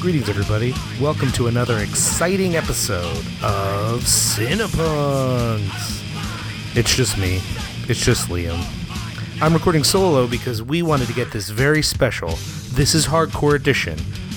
Greetings, everybody. Welcome to another exciting episode of Cinepunks. It's just me. It's just Liam. I'm recording solo because we wanted to get this very special, this is hardcore edition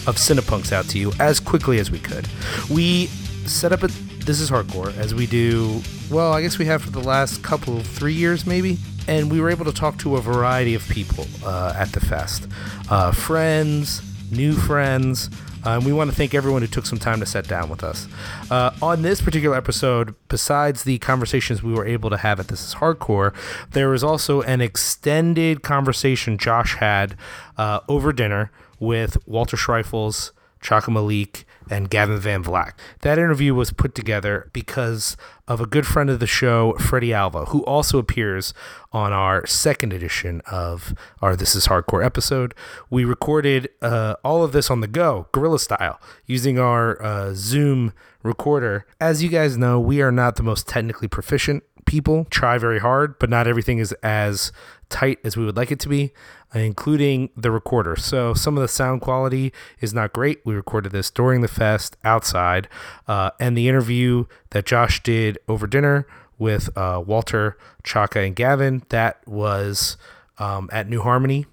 of Cinepunks out to you as quickly as we could. We set up a this is hardcore as we do well i guess we have for the last couple three years maybe and we were able to talk to a variety of people uh, at the fest uh, friends new friends uh, and we want to thank everyone who took some time to sit down with us uh, on this particular episode besides the conversations we were able to have at this is hardcore there was also an extended conversation josh had uh, over dinner with walter schreifels Chaka Malik, and Gavin Van Vlack. That interview was put together because of a good friend of the show, Freddie Alva, who also appears on our second edition of our This Is Hardcore episode. We recorded uh, all of this on the go, guerrilla style, using our uh, Zoom recorder. As you guys know, we are not the most technically proficient people, try very hard, but not everything is as tight as we would like it to be, uh, including the recorder. So some of the sound quality is not great. We recorded this during the fest outside, uh, and the interview that Josh did over dinner with uh, Walter, Chaka, and Gavin that was um, at New Harmony.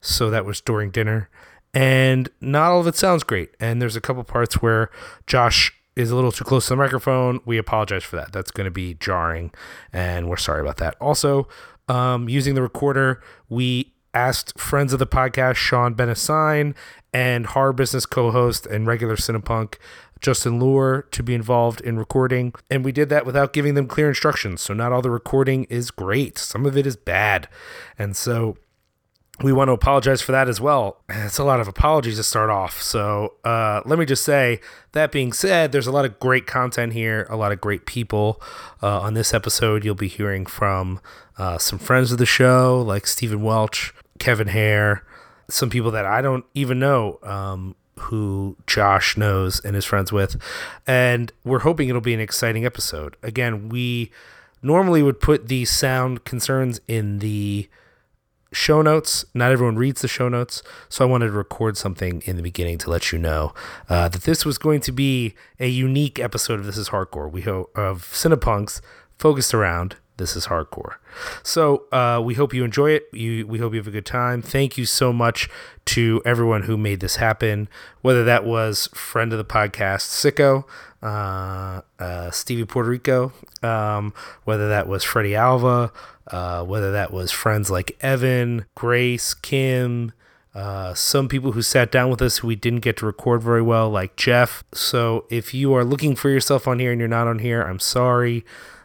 So that was during dinner, and not all of it sounds great. And there's a couple parts where Josh is a little too close to the microphone. We apologize for that. That's going to be jarring, and we're sorry about that. Also, um, using the recorder, we asked friends of the podcast, Sean Benassign and Horror Business co host and regular Cinepunk, Justin Lure, to be involved in recording. And we did that without giving them clear instructions. So, not all the recording is great, some of it is bad. And so, we want to apologize for that as well. It's a lot of apologies to start off. So uh, let me just say, that being said, there's a lot of great content here, a lot of great people. Uh, on this episode, you'll be hearing from uh, some friends of the show, like Stephen Welch, Kevin Hare, some people that I don't even know. Um, who Josh knows and is friends with. And we're hoping it'll be an exciting episode. Again, we normally would put the sound concerns in the show notes. Not everyone reads the show notes, so I wanted to record something in the beginning to let you know uh, that this was going to be a unique episode of This Is Hardcore. We hope of Cinepunks focused around This Is Hardcore. So uh, we hope you enjoy it. You, we hope you have a good time. Thank you so much to everyone who made this happen, whether that was friend of the podcast Sicko, uh, uh, Stevie Puerto Rico, um, whether that was Freddie Alva, uh, whether that was friends like Evan, Grace, Kim, uh, some people who sat down with us who we didn't get to record very well, like Jeff. So if you are looking for yourself on here and you're not on here, I'm sorry.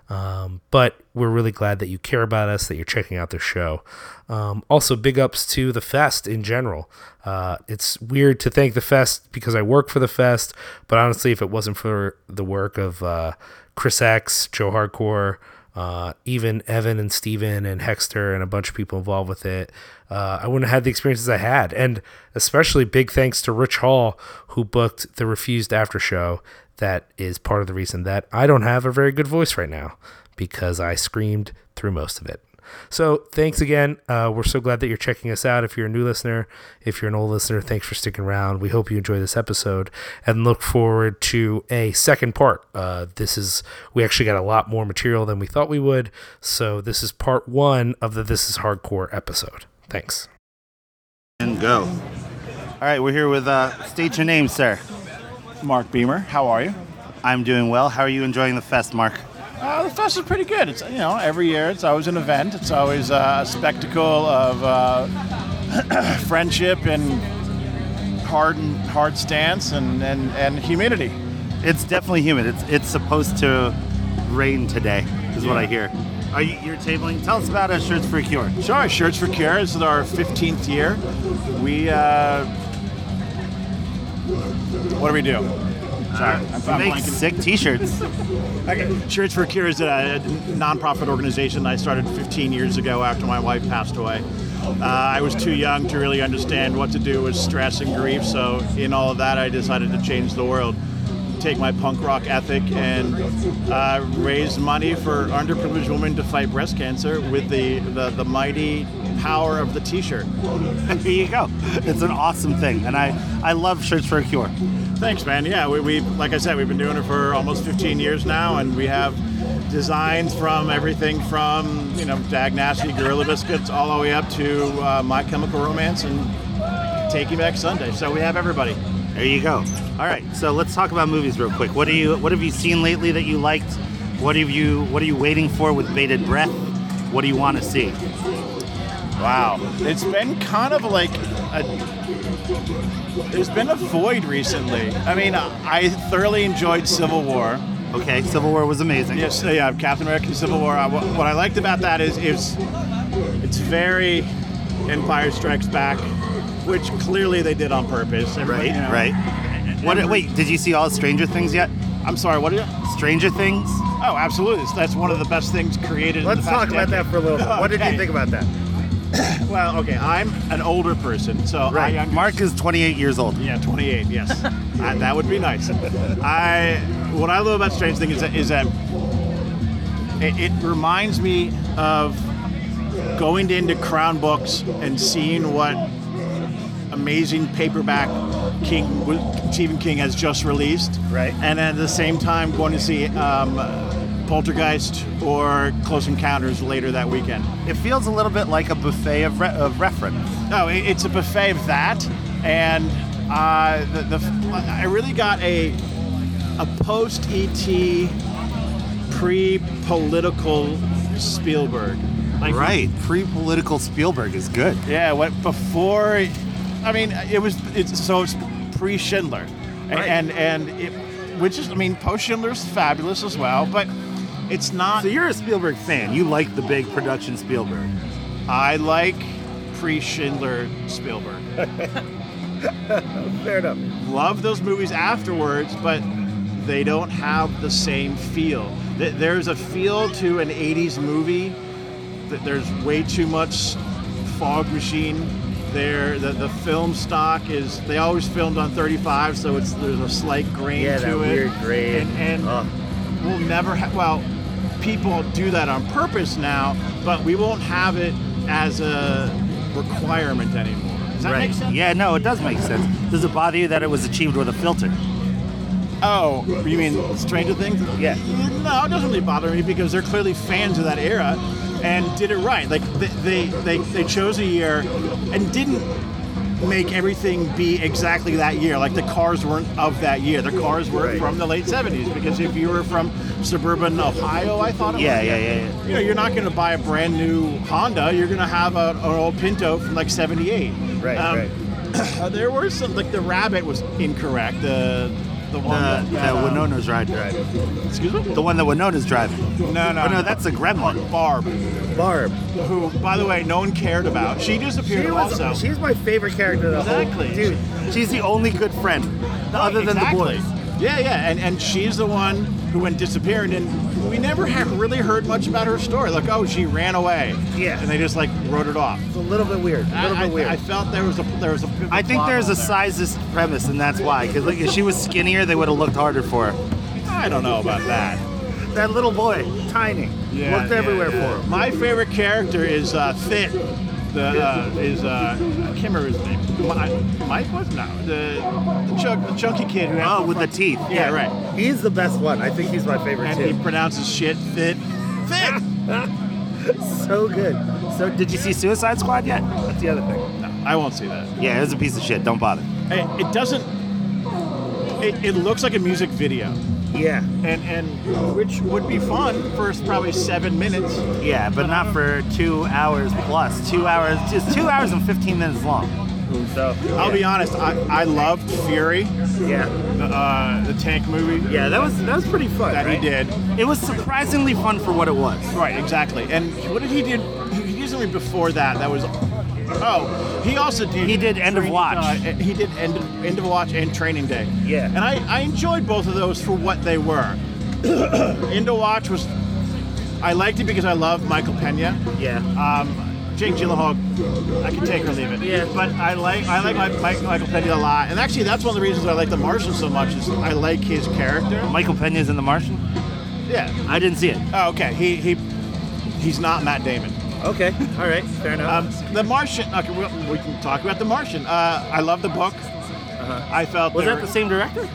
Um, but we're really glad that you care about us, that you're checking out the show. Um, also, big ups to the fest in general. Uh, it's weird to thank the fest because I work for the fest, but honestly, if it wasn't for the work of uh, Chris X, Joe Hardcore, uh, even Evan and Steven and Hexter and a bunch of people involved with it, uh, I wouldn't have had the experiences I had. And especially big thanks to Rich Hall, who booked the Refused After Show. That is part of the reason that I don't have a very good voice right now because I screamed through most of it. So thanks again. Uh, we're so glad that you're checking us out. If you're a new listener, if you're an old listener, thanks for sticking around. We hope you enjoy this episode and look forward to a second part. Uh, this is we actually got a lot more material than we thought we would. So this is part one of the This Is Hardcore episode. Thanks. And go. All right, we're here with, uh, state your name, sir. Mark Beamer, how are you? I'm doing well. How are you enjoying the fest, Mark? Uh, the fest is pretty good. It's you know every year it's always an event. It's always uh, a spectacle of uh, friendship and hard and hard stance and, and, and humidity. It's definitely humid. It's it's supposed to rain today, is what I hear. Are you you're tabling? Tell us about our shirts for a cure. Sure, Shirts for Care. This is our 15th year. We uh, what do we do? Sorry, I'm- Uh, You I'm make blanking. sick T-shirts. Okay. Church for Cure is a nonprofit organization I started 15 years ago after my wife passed away. Uh, I was too young to really understand what to do with stress and grief, so in all of that, I decided to change the world. Take my punk rock ethic and uh, raise money for underprivileged women to fight breast cancer with the, the, the mighty power of the T-shirt. There you go. It's an awesome thing, and I I love shirts for a cure. Thanks, man. Yeah, we, we like I said, we've been doing it for almost 15 years now, and we have designs from everything from you know Dag Nasty, Gorilla Biscuits, all the way up to uh, My Chemical Romance and Taking Back Sunday. So we have everybody. There you go. All right, so let's talk about movies real quick. What do you What have you seen lately that you liked? What have you What are you waiting for with bated breath? What do you want to see? Wow, it's been kind of like a there's been a void recently. I mean, I thoroughly enjoyed Civil War. Okay, Civil War was amazing. Yes, uh, yeah, Captain America: Civil War. I, what I liked about that is is it's very Empire Strikes Back, which clearly they did on purpose. Everybody, Right. you know. Right. What? Wait, did you see all Stranger Things yet? I'm sorry. What? Did you, Stranger Things. oh, absolutely. That's one of the best things created. Let's in the past talk about that decade. for a little bit. What did Okay. you think about that? Well, okay. I'm an older person, so I Right. under- Mark is 28 years old. Yeah, 28. Yes, I, that would be nice. I what I love about Strange Thing is that, is that it, it reminds me of going into Crown Books and seeing what amazing paperback King Stephen King has just released. Right. And at the same time, going to see um, Poltergeist or Close Encounters later that weekend. It feels a little bit like a buffet of, re- of reference. No, it- it's a buffet of that, and uh, the, the I really got a a post ET pre political Spielberg. Like, Right. Pre-political Spielberg is good. Yeah. What before? I mean, it was it's so it's pre Schindler, Right. and and it, which is I mean post Schindler's fabulous as well, but it's not. So you're a Spielberg fan. You like the big production Spielberg. I like pre Schindler Spielberg. Fair enough. love those movies afterwards, but they don't have the same feel. Th- There's a feel to an 80s movie that there's way too much fog machine there. The, the film stock is, they always filmed on 35, so it's there's a slight grain Yeah, to that it. weird grain. And, and Ugh. we'll never have, well, people do that on purpose now, but we won't have it as a requirement anymore. Does that make sense? Yeah, no, it does make sense. Does it bother you that it was achieved with a filter? Oh, you mean Stranger Things? Yeah. No, it doesn't really bother me because they're clearly fans of that era and did it right. Like they they they, they chose a year and didn't make everything be exactly that year. Like the cars weren't of that year. The cars were Right. from the late 70s because if you were from suburban Ohio, I thought it Yeah, was. yeah, yeah, yeah. You know, you're not going to buy a brand new Honda. You're going to have a, an old Pinto from like 78. Right, Um, right. uh, there were some like the rabbit was incorrect. The the one The, that, the um, Winona's ride. Right. Excuse me. The one that Winona's driving. no, no, Oh, no, that's a gremlin. Barb, Barb. who by the way no one cared about. She disappeared She was, also. she's my favorite character. of The whole- Exactly. dude. She's the only good friend, other than Exactly. the boys. Yeah, yeah, and and she's the one who went disappeared, and we never have really heard much about her story. Like, oh, she ran away. Yeah. and they just like wrote it off. It's a little bit weird. A little I, I- bit weird. I felt there was a there was a. bit of I think plot there's a hole there. sizist premise, and that's why. Because like, if she was skinnier, they would have looked harder for her. I don't know about that. That little boy. Tiny. Looked everywhere for him. My favorite character is uh, Thit. The uh, is uh, I can't remember his name. Mi- Mike was no the the, chunk, the chunky kid who had Oh, with the teeth. yeah right. He's the best one. I think he's my favorite And too. he pronounces shit Thit. Thit. so good. So, did you see Suicide Squad yet? That's the other thing. No, I won't see that. Yeah, it was a piece of shit. Don't bother. Um, It, it doesn't. It, it looks like a music video, Yeah. and and which would be fun for probably seven minutes. Yeah, but not for two hours plus. Two hours, just two hours and 15 minutes long. So I'll be honest. I I loved Fury, Yeah. the, uh, the tank movie Yeah. That was that was pretty fun. that right? he did. It was surprisingly fun for what it was. Right, exactly. And what did he do? He did something before that. That was. Oh, he also did. He did End of Watch. uh, he did end of, end of watch and Training Day. Yeah. And I, I enjoyed both of those for what they were. end of Watch was. I liked it because I love Michael Pena. Yeah. Um, Jake Gyllenhaal, I can take or leave it. Yeah. But I like I like my, Mike, Michael Pena a lot, and actually that's one of the reasons I like The Martian so much is I like his character. Michael Pena's in The Martian? Yeah. I didn't see it. Oh, okay. He he, he's not Matt Damon. Okay. All right. Fair enough. Um, the Martian. Okay, we, we can talk about The Martian. Uh, I love the book. I felt was there that the were- same director?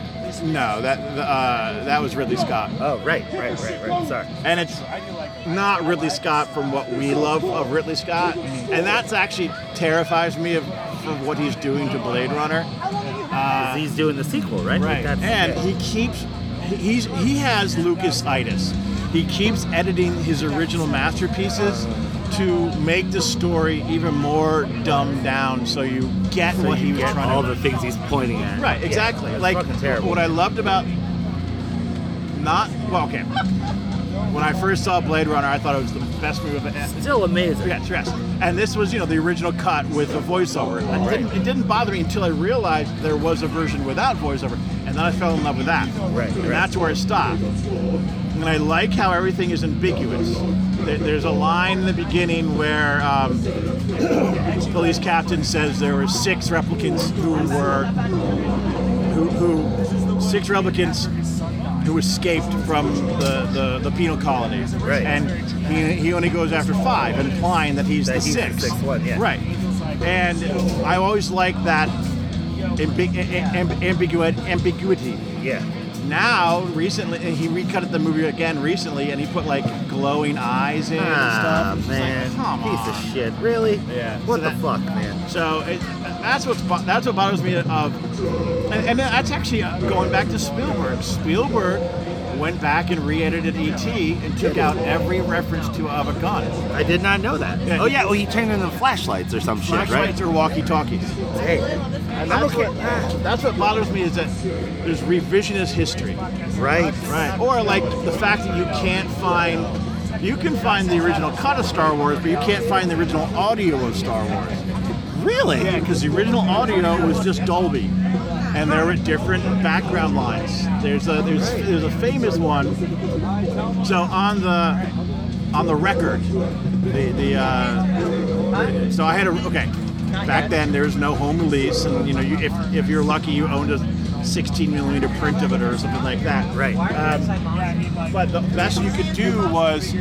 No, that uh, that was Ridley Scott. Oh, right, right, right, right. Sorry. and it's not Ridley Scott from what we love of Ridley Scott, and that's actually terrifies me of, of what he's doing to Blade Runner. Uh, 'Cause he's doing the sequel, right? Like, that's- and he keeps he's he has Lucasitis. He keeps editing his original masterpieces to make the story even more dumbed down, so you get so what you he was get trying all to the things he's pointing at. Right, Yeah, exactly. it's like fucking terrible. what I loved about not well, okay. When I first saw Blade Runner, I thought it was the best movie I've ever. Still amazing. Yes, yes. And this was, you know, the original cut with the voiceover. And it, didn't, it didn't bother me until I realized there was a version without voiceover, and then I fell in love with that. Right, And right. that's where it stopped. And I like how everything is ambiguous. There- There's a line in the beginning where um, police captain says there were six replicants who were who, who six replicants who escaped from the, the, the penal colony. Right. And he, he only goes after five, implying that he's That the he's the sixth. sixth one, yeah. Right. And I always like that ambi- amb- ambiguity. ambiguity. Yeah. Now, recently, and he recut the movie again recently, and he put like glowing eyes in Ah, and stuff. It's like, man. come Piece on. of shit. Really? Yeah. What So the that- fuck, man? So it, that's what's bo- that's what bothers me. Of and, and that's actually uh, going back to Spielberg. Spielberg went back and re-edited ET and took out every reference to of a gun. I did not know that. Yeah. Oh yeah. Oh, he turned into flashlights or some shit, right? Flashlights or walkie-talkies. Hey. And I'm that's okay. what that's what bothers me is that there's revisionist history. Right. Right. Or like the fact that you can't find you can find the original cut of Star Wars, but you can't find the original audio of Star Wars. Really? Yeah, because the original audio was just Dolby, and there were different background lines. There's a there's there's a famous one. So on the on the record, the the uh, so I had a okay. Back then there was no home release, and you know you, if if you're lucky you owned a 16 millimeter print of it or something like that. Um, Right. But the best you could do was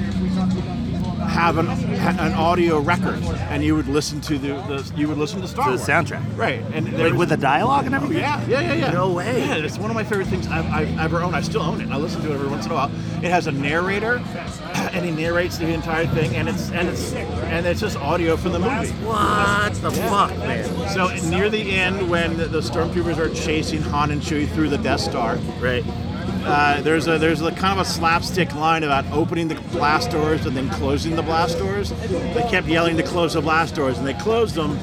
have an ha- an audio record, and you would listen to the, the you would listen to Star To the Wars soundtrack. right? And there Like was- with the dialogue and everything. yeah, yeah, yeah, yeah. No way. Yeah, it's one of my favorite things I've, I've ever owned. I still own it. I listen to it every once in a while. It has a narrator, and he narrates the entire thing, and it's and it's and it's just audio from the movie. What the fuck, man? So near the end, when the, the stormtroopers are chasing Han and Chewie through the Death Star, Right. uh, there's a there's a kind of a slapstick line about opening the blast doors and then closing the blast doors. They kept yelling to close the blast doors, and they closed them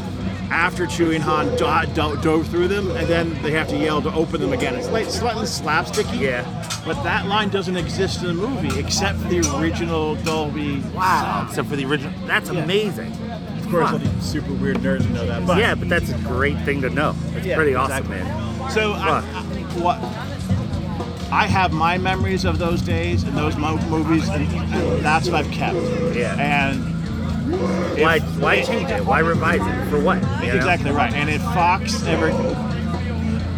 after Chewie and Han do- do- dove through them, and then they have to yell to open them again. It's like slightly slapsticky. Yeah. But that line doesn't exist in the movie except for the original Dolby. Wow. Except for the original. That's Yeah. amazing. Of course, all these super weird nerds know that. But yeah, but that's a great thing to know. It's Yeah, pretty awesome, exactly. man. So I, I, Fuck. what I have my memories of those days and those mo- movies, and, and that's what I've kept. Yeah. And if- Why, why change it? Why revise it? For what? you know? Exactly right. And if Fox ever.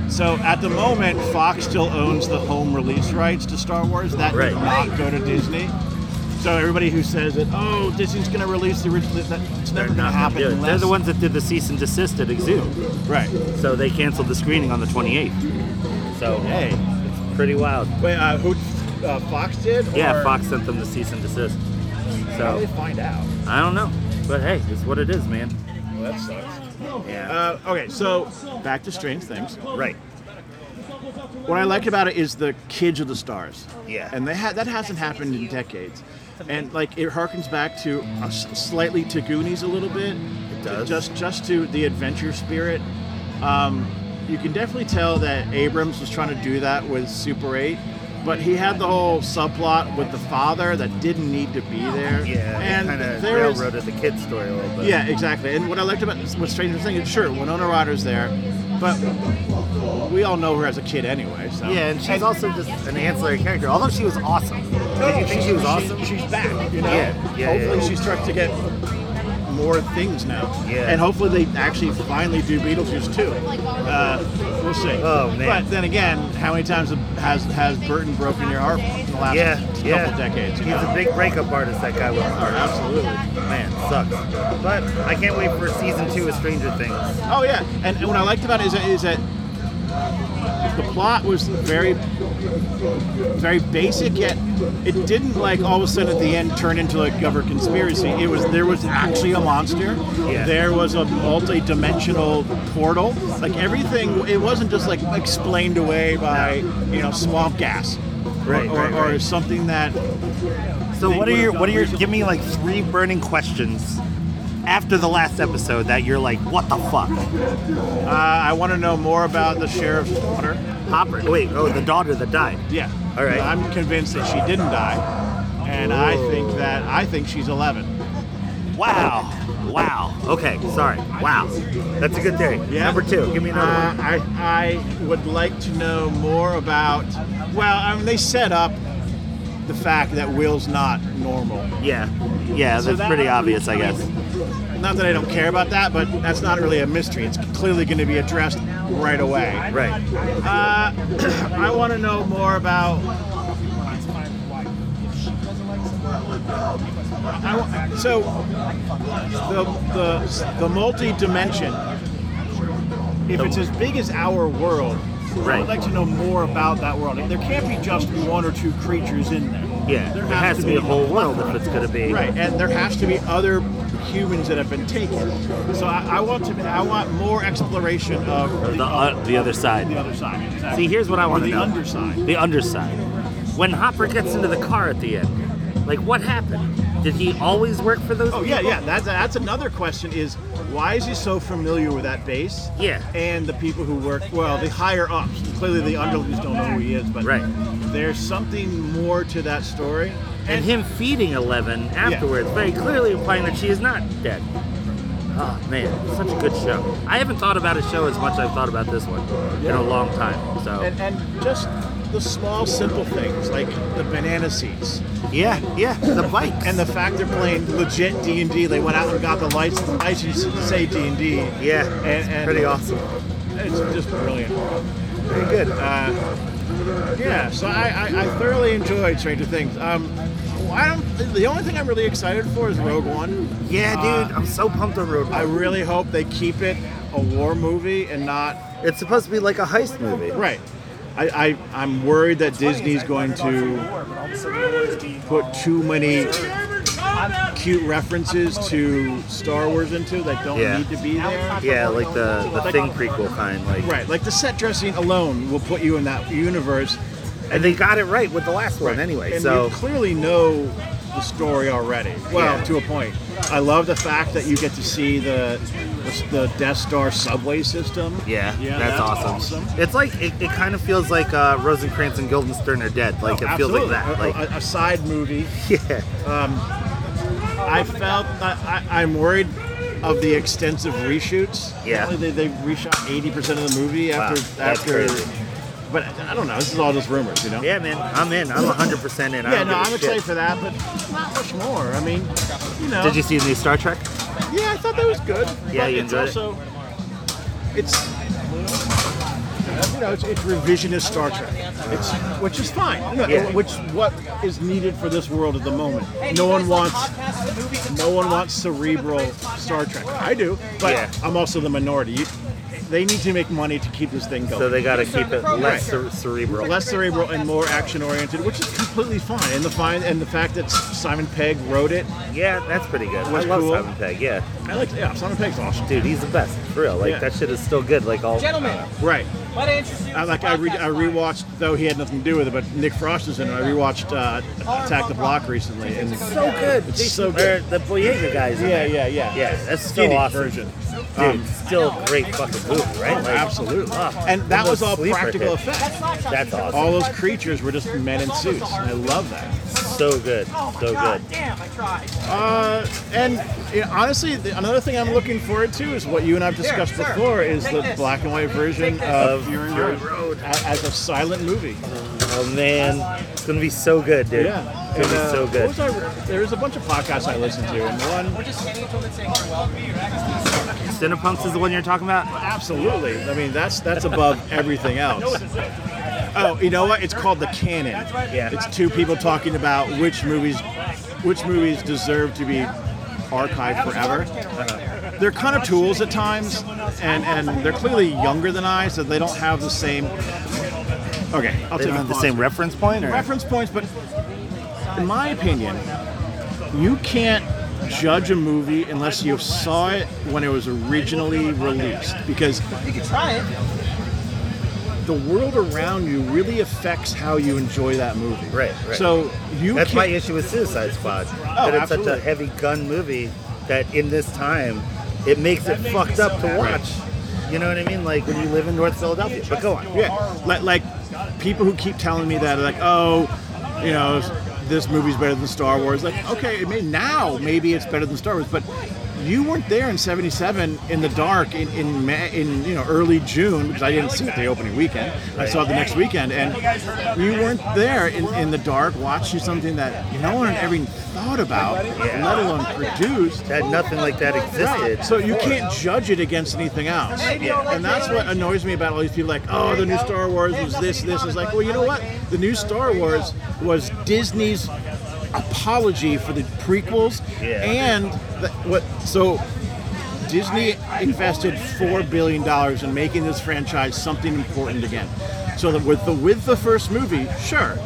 So at the moment, Fox still owns the home release rights to Star Wars. That Right. did not go to Disney. So everybody who says that, oh, Disney's going to release the original, that's They're never going to not gonna happen. do it. unless- They're the ones that did the cease and desist at Exhumed, Right. so they canceled the screening on the 28th. So Hey. it's pretty wild. Wait, uh, who uh, Fox did? Yeah, or- Fox sent them the cease and desist. How do they So find out? I don't know, but hey, it's what it is, man. Well, that sucks. Yeah. Uh, okay, so back to strange things. right. What I like about it is the kids of the stars. Oh, Yeah. And they ha- that hasn't happened in decades. And like it harkens back to a s slightly to Goonies a little bit. It does. Just just to the adventure spirit. Um, you can definitely tell that Abrams was trying to do that with Super 8, but he had the whole subplot with the father that didn't need to be there. Yeah. and kind of there is- railroaded the kid story a little bit. yeah, exactly. And what I liked about what Stranger Things is sure Winona Ryder's there, but we all know her as a kid anyway. So Yeah, and she's also just an ancillary character. Although she was awesome. Did you think she was awesome? She's back. You know. Yeah, yeah, Hopefully yeah. she starts to get more things now. Yeah. And hopefully they actually finally do Beetlejuice too. Uh, we'll see. Oh, man. But then again, how many times has has Burton broken your heart in the last Yeah, couple yeah. decades? you He's know? a big breakup artist, that guy Oh, was. absolutely. Man, sucks. But I can't wait for season two of Stranger Things. Oh yeah, and, and what I liked about it is that, is that the plot was very, very basic. Yet it didn't like all of a sudden at the end turn into like cover conspiracy. It was there was actually a monster. Yeah. There was a multi-dimensional portal. Like everything, it wasn't just like explained away by you know swamp gas. or- Right, or, right, or right. something that So They what are would've your done what are your reasonable- give me like three burning questions after the last episode that you're like, what the fuck? uh, I want to know more about the sheriff's daughter. Hopper. Wait, oh the daughter that died. Yeah. All right. I'm convinced that she didn't die, and I think that I think she's 11. Wow. Wow. Okay, sorry. Wow. That's a good theory. Number two. Give me another Uh, one. I I would like to know more about. Well, I mean, they set up the fact that Will's not normal. Yeah. Yeah, So that's that- pretty obvious, I guess. Not that I don't care about that, but that's not really a mystery. It's clearly going to be addressed right away. Right. Uh, I want to know more about. I wa- so the the the multi dimension. If it's as big as our world, Right. I'd like to know more about that world. There can't be just one or two creatures in there. Yeah. There has to be a whole world if it's gonna be Right, and there has to be other humans that have been taken. So I, I want to. I want more exploration of the uh, the other side. the other side. Exactly. See, here's what I Or want to the know. underside. The underside. When Hopper gets into the car at the end, like what happened? Did he always work for those? Oh yeah, yeah. That's that's another question. Is why is he so familiar with that base? Yeah. And the people who work well, the higher ups. Clearly, the underlings don't know who he is, but Right. There's something more to that story. And him feeding Eleven afterwards, very clearly implying that she is not dead. Oh man, such a good show. I haven't thought about a show as much as I've thought about this one in Yeah. a long time. So and and just the small, simple things like the banana seeds yeah, yeah, the bike and the fact they're playing legit D and D. They went out and got the lights, license to say D and D. yeah, and, and awesome. It's just brilliant. Uh, Very good. Yeah, so I, I, I thoroughly enjoyed Stranger Things. Um, I don't. The only thing I'm really excited for is Rogue One. yeah, dude, uh, I'm so pumped on Road. I One. really hope they keep it a war movie and not it's supposed to be like a heist movie. right. I, I I'm worried that Disney's going to put too many cute references to Star Wars into that don't Yeah. need to be there. Yeah, like the the Thing prequel kind. Like Right, like the set dressing alone will put you in that universe. And they got it right with the last one Right. anyway. And so you clearly know the story already. Well, Yeah. to a point. I love the fact that you get to see the the, the Death Star subway system. yeah, that's, awesome. It's like it, it kind of feels like uh, Rosencrantz and Guildenstern are dead. Like it feels like Oh, Absolutely. Uh, that. A- Like a, a side movie. Um, yeah, I felt I, I, I'm worried of the extensive reshoots. Yeah. Apparently they, they reshoot 80% of the movie after that's after. crazy. But I don't know. This is all just rumors, you know. yeah, man. I'm in. I'm 100 percent in. I Yeah, don't no, give a I'm excited shit. for that, but not much more. I mean, you know. Did you see the new Star Trek? Yeah, I thought that was good. Yeah, but you it's enjoyed it? also, It's you know, it's, it's revisionist Star Trek. It's which is fine. No, Yeah. Which what is needed for this world at the moment. No one wants no one wants cerebral Star Trek. I do, but Yeah. I'm also the minority. You, they need to make money to keep this thing going. So they got to keep it less cere- cerebral. Less cerebral and more action oriented, which is completely fine. And the fine and the fact that Simon Pegg wrote it, Yeah, that's pretty good. I Was love cool. Simon Pegg. Yeah, I like. Yeah, Simon Pegg's awesome. dude, he's the best. For real. Like Yeah. that shit is still good. Like all Gentlemen, Right. what interests you? I like I, re- I rewatched though he had nothing to do with it, but Nick Frost is in it. I rewatched uh, Attack the Block recently, and so good. It's Jason- so good. or The Boyega guys. in yeah, it. yeah, yeah, Yeah, that's so Skinny awesome. version. Dude, still a great fucking movie, right? Like, Oh, Absolutely, ah, and that those was all sleeper practical hits. effects. That's awesome. All those creatures were just men in suits. and I love that. So good. Oh my So God, good. Damn, I tried. Uh, and you know, honestly, the, another thing I'm looking forward to is what you and I've discussed sir. before is Take the this. black and white version Take this. of Of Fury Fury Road Road. a- as a silent movie. Oh man, gonna be so good, dude. Yeah, It's gonna And, uh, be so good. what was I- there's a bunch of podcasts I listen to, and one Cinepunks is the one you're talking about. absolutely. I mean, that's that's above everything else. Oh, you know what? It's called the canon. Yeah. It's two people talking about which movies, which movies deserve to be archived forever. They're kind of tools at times, and and they're clearly younger than I, so they don't have the same. Okay, I'll They take don't my have the pause. same reference point, or reference points, but in my opinion, you can't judge a movie unless you saw it when it was originally released because You can try it. the world around you really affects how you enjoy that movie. Right, right. So you that's my can't, issue with Suicide Squad. Oh, that it's such absolutely. a heavy gun movie that in this time it makes it fucked up to watch. You know what I mean? Like when you live in North Philadelphia. But go on. Yeah, like, like people who keep telling me that, like, oh, you know, this movie's better than Star Wars. Like, okay, it may, now maybe it's better than Star Wars, but you weren't there in '77 in the dark in in, May, in you know early June because I didn't see it the opening weekend. I saw it the next weekend, and you weren't there in, in the dark watching something that no one ever even thought about, Yeah. let alone produced. That nothing like that existed. Right. So you can't judge it against anything else. Yeah. And that's what annoys me about all these people like, oh, the new Star Wars was this, this. It's like, well, you know what? The new Star Wars was Disney's apology for the prequels Yeah. and the, what so Disney invested four billion dollars in making this franchise something important again. So that with the with the first movie, sure,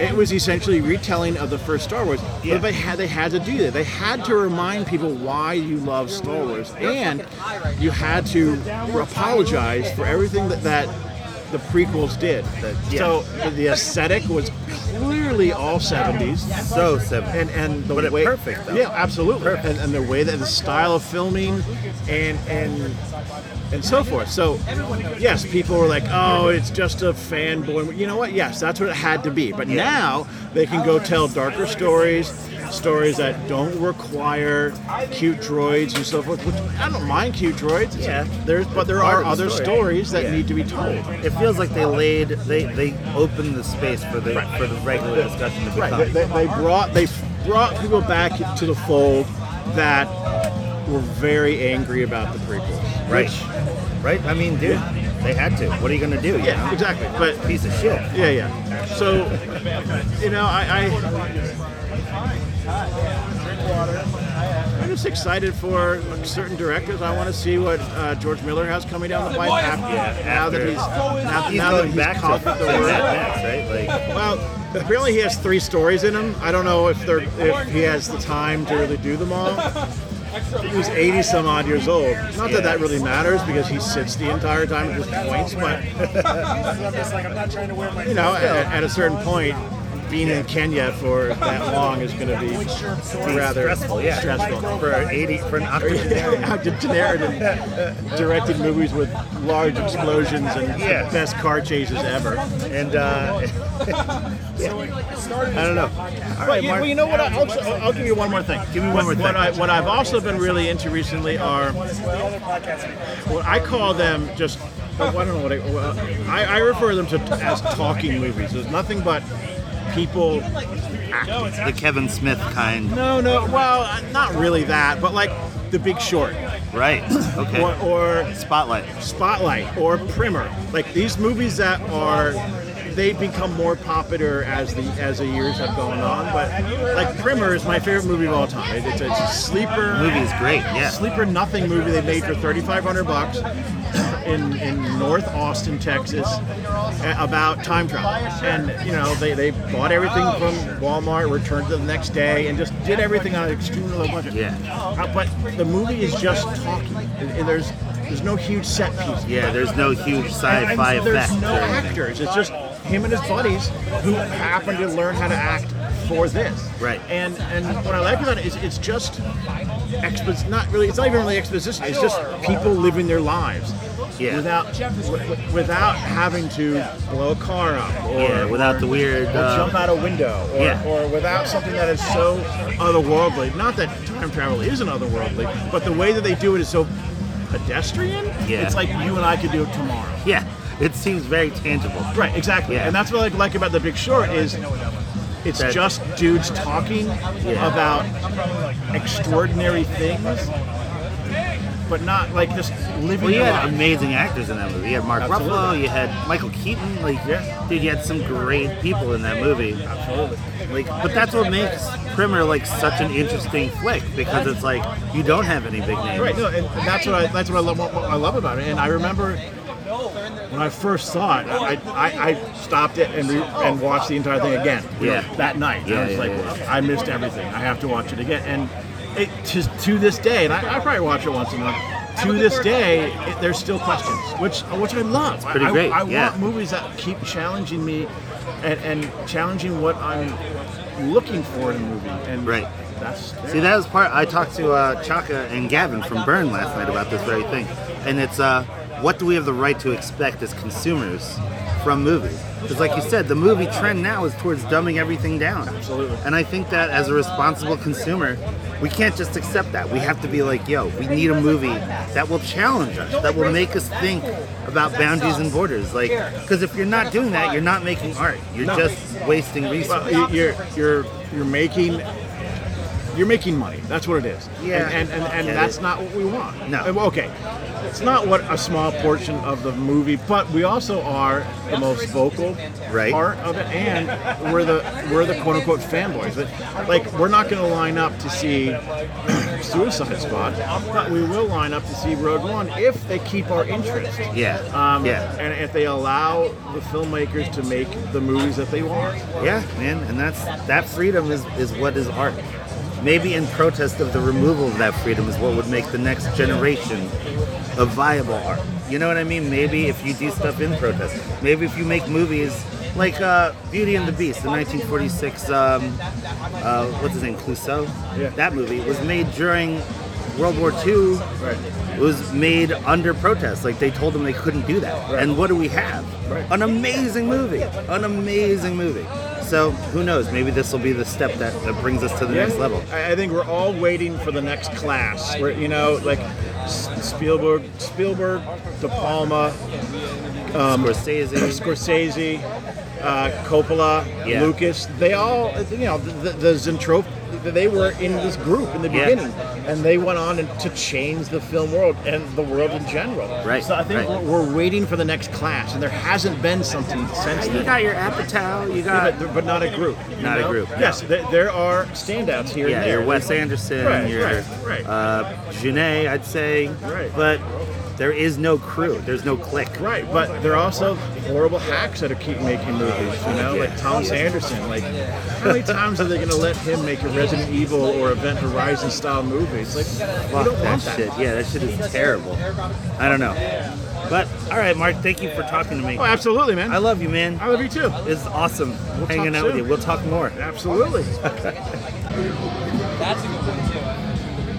it was essentially retelling of the first Star Wars. Yeah. But they had they had to do that. They had to remind people why you love Star Wars, and you had to apologize for everything that that the prequels did. That- yeah. So the aesthetic was clearly all 70s So simple. and and the But it way perfect, though. Yeah, absolutely. And, and the way that the style of filming and and and so forth. So yes, people were like, "Oh, it's just a fanboy." You know what? Yes, that's what it had to be. But now they can go tell darker stories, stories that don't require cute droids and so forth. Which I don't mind cute droids. Yeah. There's but there Part are of the other story. stories that Yeah. need to be told. It feels like they laid they they opened the space for the for the regular discussion to become. Right. They, they brought they brought people back to the fold that were very angry about the prequels. Right. Which- Right? I mean, dude, they had to. What are you gonna do? you yeah, know? exactly. But Piece of shit. yeah, yeah. So you know, I. I I'm just excited for certain directors. I want to see what uh, George Miller has coming down the pipe after, now that he's now, He's now that going he's back caught to the Mad word. Max, right? Like, Well, apparently he has three stories in him. I don't know if they're if he has the time to really do them all. He uh, was 80 some odd years old. Not that that really matters because he sits the entire time and just points, but you know, at, at a certain point, being in Kenya for that long is going to be rather stressful, yeah. stressful. for an 80 for an octogenarian. Octogenarian directed movies with large explosions and Yeah. the best car chases ever. and uh, I don't know. All Well, right, you, Mark. well, you know what? I'll, also- I'll, I'll give you one more thing. Give me one more What- thing. What, I, what I've also been really into recently are what I call them just. oh, I don't know what I. Well, I, I refer to them to as talking movies. There's nothing but people. the Kevin Smith kind, No, no. Well, not really that, but like The Big Short right? Okay. or, or Spotlight. Spotlight or Primer. Like these movies that are they become more popular as the as the years have gone on. But like Primer is my favorite movie of all time. It- it's, a sleeper The movie is great. Yeah. Sleeper Nothing movie they made for thirty five hundred bucks in, in North Austin, Texas, a- about time travel. And you know they, they bought everything from Walmart, returned to the next day, and just did everything on an extremely low budget. Yeah. Uh, but the movie is just talking, and, and there's there's no huge set piece. Yeah. There's no huge sci-fi And there's effect. no or anything. actors. It's just him and his buddies who happen to learn how to act for this. Right. And and what I like about it is it's just expo- not really it's not even really exposition. It's just people living their lives. Yeah. Without w- without having to blow a car up or Yeah, without the weird. or Uh, jump out a window, or, yeah. or without something that is so otherworldly. Not that time travel isn't otherworldly, but the way that they do it is so pedestrian. Yeah. It's like you and I could do it tomorrow. yeah. It seems very tangible. Right, exactly. Yeah. And that's what I like about The Big Short is It's That- just dudes talking about extraordinary things, but not like just living. Well, you their had life. amazing actors in that movie. You had Mark Absolutely. Ruffalo. You had Michael Keaton. Like, Yeah. dude, you had some great people in that movie. Absolutely. Like, but that's what makes Primer like such an interesting flick because it's like you don't have any big names. Right. No, and and that's what I that's what I love what I love about it. And I remember when I first saw it, I, I, I stopped it and re- and watched the entire thing again. you know, Yeah. That night, And Yeah, I was yeah, like, yeah, yeah. "Well, I missed everything. I have to watch it again. And it to, to this day, and I, I probably watch it once a month. To this day, it, there's still questions, which which I love. pretty I, great, I, I yeah. want movies that keep challenging me, and, and challenging what I'm looking for in a movie. And Right. That's See, that was part. I talked to uh, Chaka and Gavin from Burn last night about this very thing, and it's uh, what do we have the right to expect as consumers from movies? Because, like you said, the movie trend now is towards dumbing everything down. Absolutely. And I think that as a responsible consumer, we can't just accept that. We have to be like, yo, we need a movie that will challenge us, that will make us think about boundaries and borders. Like, because if you're not doing that, you're not making art. You're No. just wasting resources. Well, you- you're you're you're making you're making money. That's what it is. Yeah. And and, and, and Yeah, that's it- not what we want. No. Uh, well, Okay. It's not what a small portion of the movie, but we also are the most vocal Right. part of it, and we're the we're the quote unquote fanboys. But like we're not going to line up to see Suicide Squad, but we will line up to see Road One if they keep our interest. Yeah. Um, yeah. And if they allow the filmmakers to make the movies that they want. Yeah, man, and that's that freedom is is what is art. Maybe in protest of the removal of that freedom is what would make the next generation of viable art. You know what I mean? Maybe if you do stuff in protest. Maybe if you make movies like uh, Beauty and the Beast, the 1946, um, uh, what's his name, Clouseau? Yeah. That movie was made during World War II. Right. It was made under protest. Like they told them they couldn't do that. Right. And what do we have? Right. An amazing movie. An amazing movie. So who knows? Maybe this will be the step that, that brings us to the next Yeah. level. I, I think we're all waiting for the next class. Where you know, like S- Spielberg, Spielberg, De Palma, um, Scorsese. Scorsese, uh, Coppola, Yeah. Lucas. They all, you know, the, the Zentrop. They were in this group in the Yeah. beginning, and they went on and- to change the film world and the world in general. Right, So I think right. we're, we're waiting for the next class, and there hasn't been something since You then. got your Apatow. You Yeah, got. but, but not a group. you Not a know? group, no. Yes, there, there are standouts here Yeah, and there. your Wes Anderson, Right, your right, right. Uh, Genet, I'd say. Right. But there is no crew. There's no clique. Right, but they're also horrible hacks that are keep making movies. You know, like Thomas Anderson. Like, how many times are they going to let him make a Resident Evil or Event Horizon style movie? It's like, Fuck you don't that want that. shit. Yeah, that shit is terrible. I don't know. But all right, Mark. Thank you for talking to me. Oh, absolutely, man. I love you, man. I love you too. It's awesome hanging talk out with soon. you. We'll talk more. Absolutely.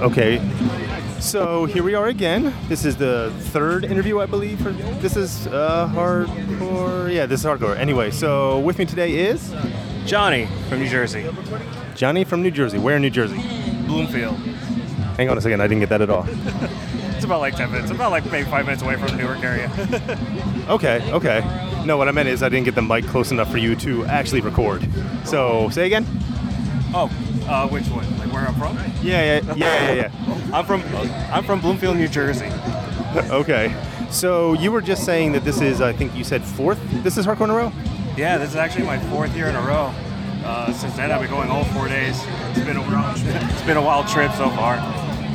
Okay. So here we are again. This is the third interview, I believe. For, this is uh, hardcore. Yeah, this is hardcore. Anyway, so with me today is Johnny from New Jersey, Johnny from New Jersey. Where in New Jersey? Bloomfield. Hang on a second. I didn't get that at all. It's about like 10 minutes, about like maybe five minutes away from the Newark area. Okay. Okay. No, what I meant is I didn't get the mic close enough for you to actually record. So say again. oh, uh, which one? Like where I'm from? Yeah. Yeah. Yeah. Yeah. I'm from I'm from Bloomfield, New Jersey. yeah. okay. So you were just saying that this is, I think you said fourth. This is hardcore in a row. Yeah, this is actually my fourth year in a row. Uh, since then, I've been going all four days. It's been a wild, it's been a wild trip so far.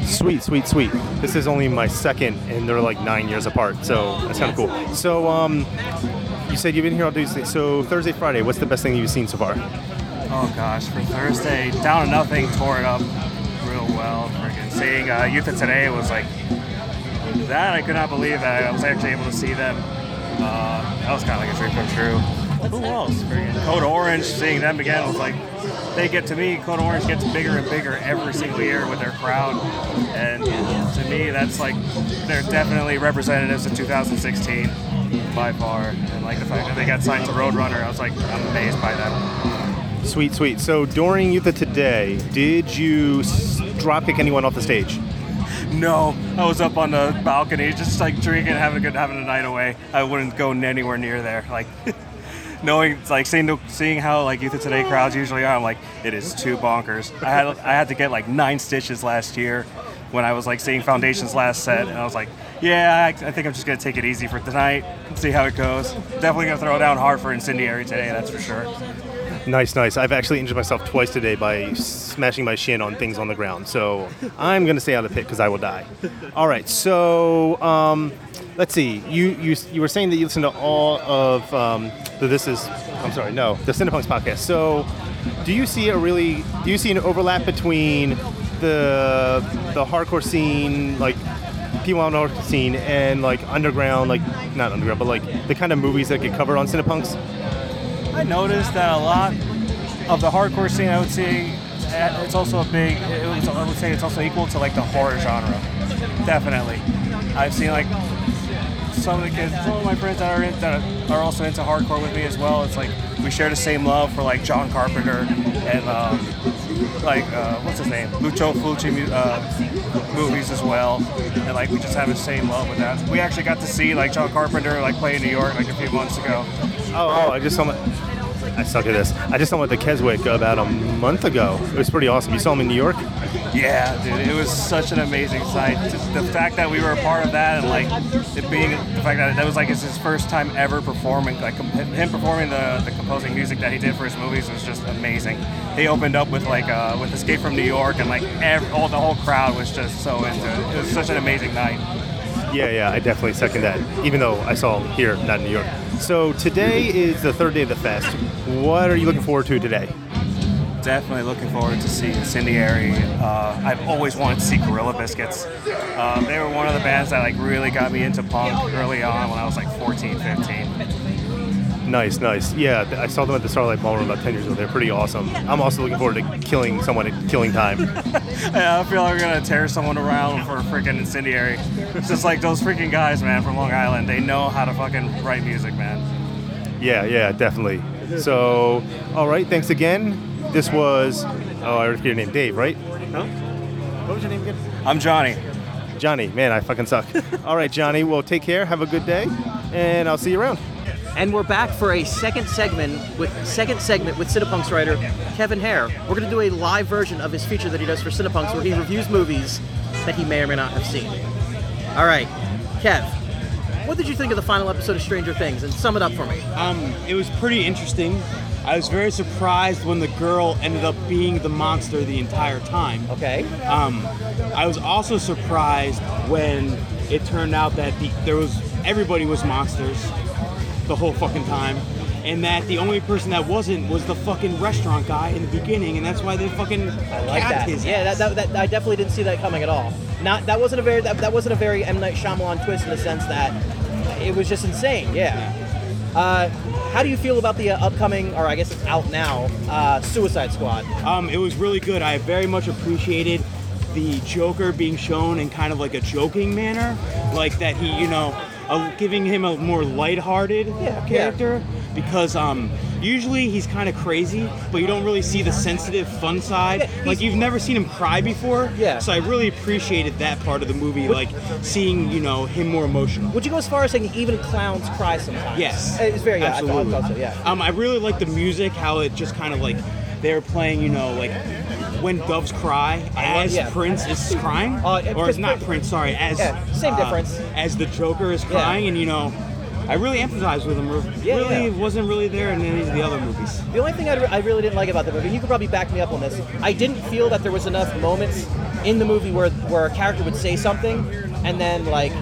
Sweet, sweet, sweet. This is only my second, and they're like nine years apart, so that's kind of cool. So, um, you said you've been here all Tuesday. So Thursday, Friday, what's the best thing you've seen so far? Oh gosh, for Thursday, Down and Nothing tore it up real well. Freaking seeing uh, Youth of Today was like that. I could not believe that I was actually able to see them. Uh, that was kind of like a dream come true. Who else? Friggin' Code Orange, seeing them again was like they get to me. Code Orange gets bigger and bigger every single year with their crowd, and to me, that's like they're definitely representatives of 2016 by far. And like the fact that they got signed to Roadrunner, I was like I'm amazed by them. Sweet, sweet. So during Youth of Today, did you s- dropkick anyone off the stage? No, I was up on the balcony, just like drinking, having a good, having a night away. I wouldn't go anywhere near there. Like, knowing like seeing the, seeing how like Youth of Today crowds usually are, I'm like it is too bonkers. I had I had to get like nine stitches last year when I was like seeing Foundation's last set, and I was like, yeah, I, I think I'm just gonna take it easy for tonight, see how it goes. Definitely gonna throw down hard for Incendiary today, that's for sure. Nice, nice. I've actually injured myself twice today by smashing my shin on things on the ground. So I'm going to stay out of the pit because I will die. All right. So um, let's see. You, you you were saying that you listen to all of um, the This Is, I'm sorry, no, the Cinepunks podcast. So do you see a really, do you see an overlap between the the hardcore scene, like P1 hardcore scene, and like underground, like, not underground, but like the kind of movies that get covered on Cinepunks? I noticed that a lot of the hardcore scene I would say uh, it's also a big it was- I would say it's also equal to like the horror genre. Definitely. I've seen like some of the kids, some of my friends that are in, that are also into hardcore with me as well. It's like we share the same love for like John Carpenter and um, like uh, what's his name, Lucio Fulci mu- uh, movies as well, and like we just have the same love with that. We actually got to see like John Carpenter like play in New York like a few months ago. Oh, oh I just saw my. I suck at this. I just saw him at the Keswick about a month ago. It was pretty awesome. You saw him in New York? Yeah, dude, it was such an amazing sight. Just the fact that we were a part of that, and like it being the fact that that was like his, his first time ever performing, like com- him performing the, the composing music that he did for his movies was just amazing. He opened up with like uh, with Escape from New York, and like ev- all the whole crowd was just so into it. It was such an amazing night. Yeah, yeah, I definitely second that. Even though I saw him here, not in New York. So today is the third day of the fest. What are you looking forward to today? Definitely looking forward to see Incendiary. Uh, I've always wanted to see Gorilla Biscuits. Um, they were one of the bands that like really got me into punk early on when I was like 14, 15. Nice, nice. Yeah, th- I saw them at the Starlight Ballroom about 10 years ago. They're pretty awesome. I'm also looking forward to killing someone at killing time. Yeah, I feel like we're gonna tear someone around for a freaking incendiary. It's just like those freaking guys, man, from Long Island. They know how to fucking write music, man. Yeah, yeah, definitely. So, all right, thanks again. This was, oh, I already forget your name, Dave, right? What was your name again? I'm Johnny. Johnny, man, I fucking suck. All right, Johnny. Well, take care. Have a good day, and I'll see you around. And we're back for a second segment with second segment with Cinepunks writer Kevin Hare. We're going to do a live version of his feature that he does for Cinepunks, where he reviews movies that he may or may not have seen. All right, Kev, what did you think of the final episode of Stranger Things? And sum it up for me. Um, it was pretty interesting. I was very surprised when the girl ended up being the monster the entire time. Okay. Um, I was also surprised when it turned out that the, there was everybody was monsters the whole fucking time, and that the only person that wasn't was the fucking restaurant guy in the beginning, and that's why they fucking I like that. his Yeah, that, ass. that, that, I definitely didn't see that coming at all. Not that wasn't a very that, that wasn't a very M Night Shyamalan twist in the sense that it was just insane. Yeah. Uh, how do you feel about the uh, upcoming, or I guess it's out now, uh, Suicide Squad? Um, it was really good. I very much appreciated the Joker being shown in kind of like a joking manner, like that he, you know, uh, giving him a more lighthearted Yeah, character because um, usually he's kind of crazy, but you don't really see the sensitive, fun side. Yeah, he's- like you've never seen him cry before. Yeah. So I really appreciated that part of the movie, like seeing you know him more emotional. Would you go as far as saying even clowns cry sometimes? Yes. It's very yeah, I thought- absolutely. I thought so, yeah. Um, I really like the music, how it just kind of like they're playing, you know, like when doves cry as yeah. Prince is crying, Uh, it- or Prince- not Prince, sorry, as uh, Yeah, same difference. as the Joker is crying, and you know, I really empathized with him. Yeah, really yeah. wasn't really there in any of the other movies. The only thing I, re- I really didn't like about the movie, and you could probably back me up on this, I didn't feel that there was enough moments in the movie where where a character would say something, and then like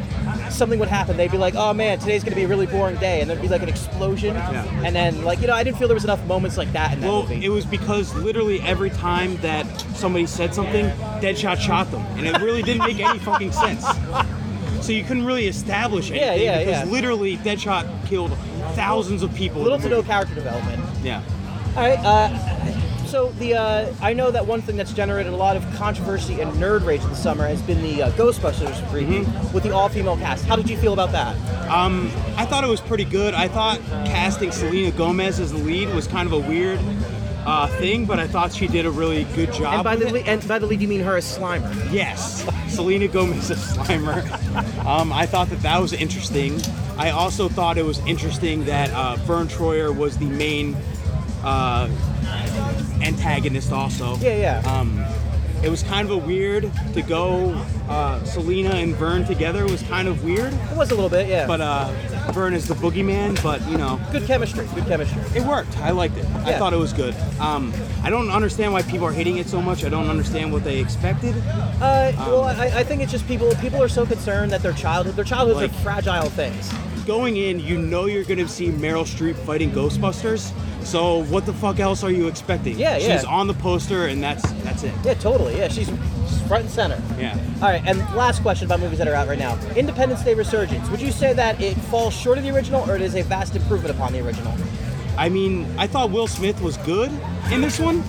something would happen. They'd be like, "Oh man, today's gonna be a really boring day," and there'd be like an explosion, and then like you know, I didn't feel there was enough moments like that in that Well, movie. it was because literally every time that somebody said something, Deadshot shot them, and it really didn't make any fucking sense. So you couldn't really establish Yeah, anything yeah, because yeah. literally Deadshot killed thousands of people. in Little the to no movie. character development. Yeah. All right. Uh, so the uh, I know that one thing that's generated a lot of controversy and nerd rage this summer has been the uh, Ghostbusters preview with the all-female cast. How did you feel about that? Um, I thought it was pretty good. I thought casting Selena Gomez as the lead was kind of a weird uh, thing, but I thought she did a really good job. And by the with le- it. and by the lead, you mean her as Slimer? yes, Selena Gomez as Slimer. um, I thought that that was interesting. I also thought it was interesting that uh, Vern Troyer was the main uh, antagonist, also. Yeah, yeah. Um, it was kind of a weird to go uh, Selena and Vern together was kind of weird, It was a little bit, yeah. but uh, Vern is the boogeyman, but you know, good chemistry. Good chemistry. it worked. I liked it. I Yeah. thought it was good. Um, I don't understand why people are hating it so much. I don't understand what they expected. Uh, well, I, I think it's just people. People are so concerned that their childhood, their childhoods Like- are fragile things. Going in, you know you're gonna see Meryl Streep fighting Ghostbusters. So what the fuck else are you expecting? Yeah, She's yeah. on the poster, and that's that's it. Yeah, totally. Yeah, she's she's front and center. Yeah. All right, and last question about movies that are out right now: Independence Day Resurgence. Would you say that it falls short of the original, or it is a vast improvement upon the original? I mean, I thought Will Smith was good in this one,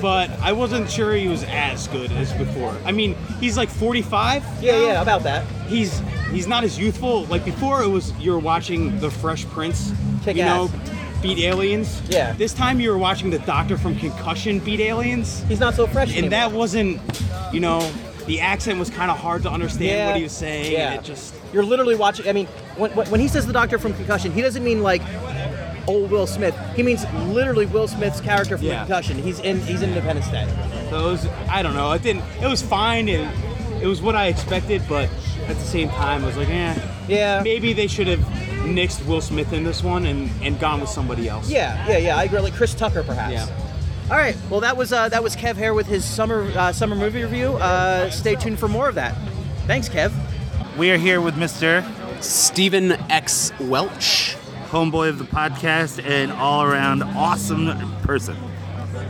but I wasn't sure he was as good as before. I mean, he's like 45. Yeah, now. yeah, about that. he's he's not as youthful. Like before, it was you're watching the Fresh Prince, Kick you know, ass. beat aliens. Yeah. This time you were watching the Doctor from Concussion beat aliens, He's not so fresh and anymore. that wasn't, you know, the accent was kind of hard to understand what he was saying. Yeah. And it just You're literally watching. I mean, when, when when he says the doctor from Concussion, he doesn't mean like old Will Smith. He means literally Will Smith's character from Yeah. Concussion. He's in. He's in Independence Day. those I don't know. It didn't. It was fine and it was what I expected, but at the same time, I was like, eh. Yeah. Maybe they should have nixed Will Smith in this one and and gone with somebody else. Yeah, yeah, yeah. I agree. Like Chris Tucker, perhaps. Yeah. All right. Well, that was uh, that was Kev Hare with his summer uh, summer movie review. Uh, stay tuned for more of that. Thanks, Kev. We are here with Mr. Stephen X. Welch. Homeboy of the podcast and all around awesome person.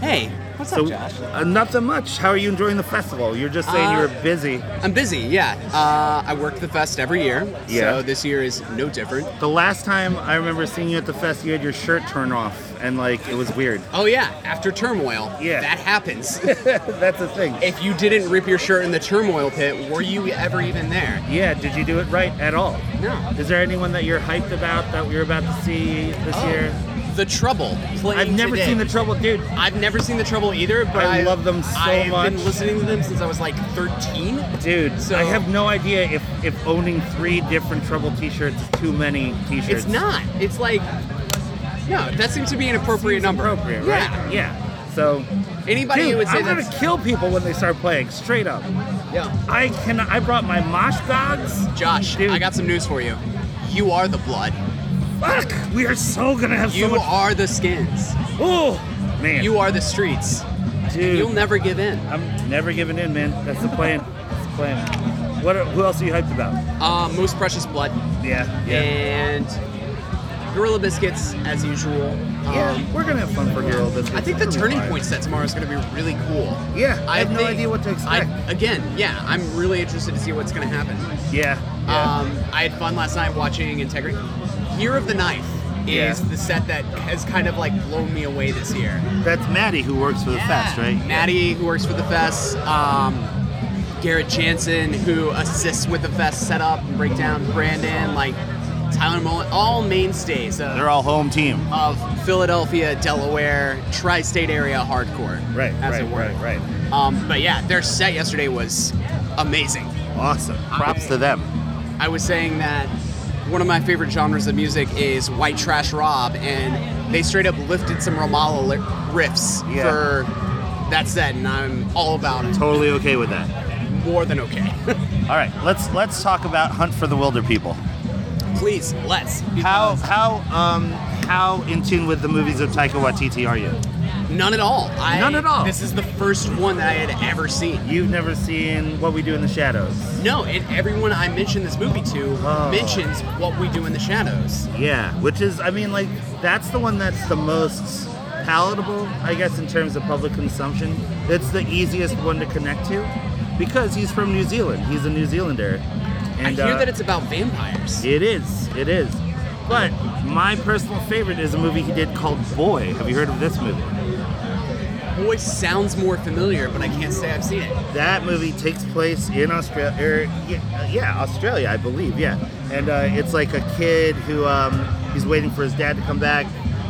Hey, what's So, up, Josh? uh, nothing much. How are you enjoying the festival? You're just saying Uh, you were busy. I'm busy, yeah. Uh, I work the fest every year, Yeah. so this year is no different. The last time I remember seeing you at the fest, you had your shirt torn off, and like it was weird. Oh, yeah, after turmoil. Yeah. That happens. That's the thing. if you didn't rip your shirt in the turmoil pit, were you ever even there? Yeah, did you do it right at all? No. Is there anyone that you're hyped about that we're about to see this year? Oh, The Trouble. playing I've never today. seen The Trouble, dude. I've never seen The Trouble either, but I I've- love them so I've much. been listening to them since I was like 13. Dude, So- I have no idea if, if owning three different Trouble t-shirts is too many t-shirts. It's not. It's like, no, that seems to be an appropriate Seems number. appropriate, right? Yeah. Yeah. So, Anybody dude, who would say I'm gonna that's. kill people when they start playing. Straight up. yeah. I can. I brought my mosh dogs. Josh, Dude. I got some news for you. You are the blood. Fuck. We are so gonna have You so much. are the skins. oh man. You are the streets. Dude. You'll never give in. I'm never giving in, man. That's the plan. That's the plan. What? Are, who else are you hyped about? Uh, Most Precious Blood Yeah. and Gorilla Biscuits, as usual. Um, yeah. We're gonna have fun for girl. I think the turning point set tomorrow is going to be really cool. Yeah, I have no think- idea what to expect. I, again, yeah, I'm really interested to see what's going to happen. Yeah. yeah. Um, I had fun last night watching Integrity. Year of the Knife is Yeah. the set that has kind of like blown me away this year. That's Maddie who works for the fest, right? Maddie, who works for the fest, um, Garrett Jansen, who assists with the fest setup and breakdown, Brandon, like Tyler Mullen, all mainstays They're of, all home team. of Philadelphia, Delaware, tri-state area hardcore, Right. as right. it were. Right. Right. Um, but yeah, their set yesterday was amazing. Awesome. Props to them. I was saying that one of my favorite genres of music is white trash rob, and they straight up lifted some Ramallah li- riffs Yeah. for that set, and I'm all about it. Totally okay with that. More than okay. All right. Let's let's talk about Hunt for the Wilder People. Please, let's. How because how um how in tune with the movies of Taika Waititi are you? None at all. I, None at all. This is the first one that I had ever seen. You've never seen What We Do in the Shadows. No, and everyone I mentioned this movie to Oh. mentions what we do in the shadows. Yeah, which is, I mean, like, that's the one that's the most palatable, I guess, in terms of public consumption. It's the easiest one to connect to because he's from New Zealand. He's a New Zealander. And, I hear uh, that it's about vampires. It is, it is. But my personal favorite is a movie he did called Boy. Have you heard of this movie? Boy sounds more familiar, but I can't say I've seen it. That movie takes place in Australia, er, yeah, yeah, Australia, uh, I believe, yeah. And uh, it's like a kid who um, he's waiting for his dad to come back.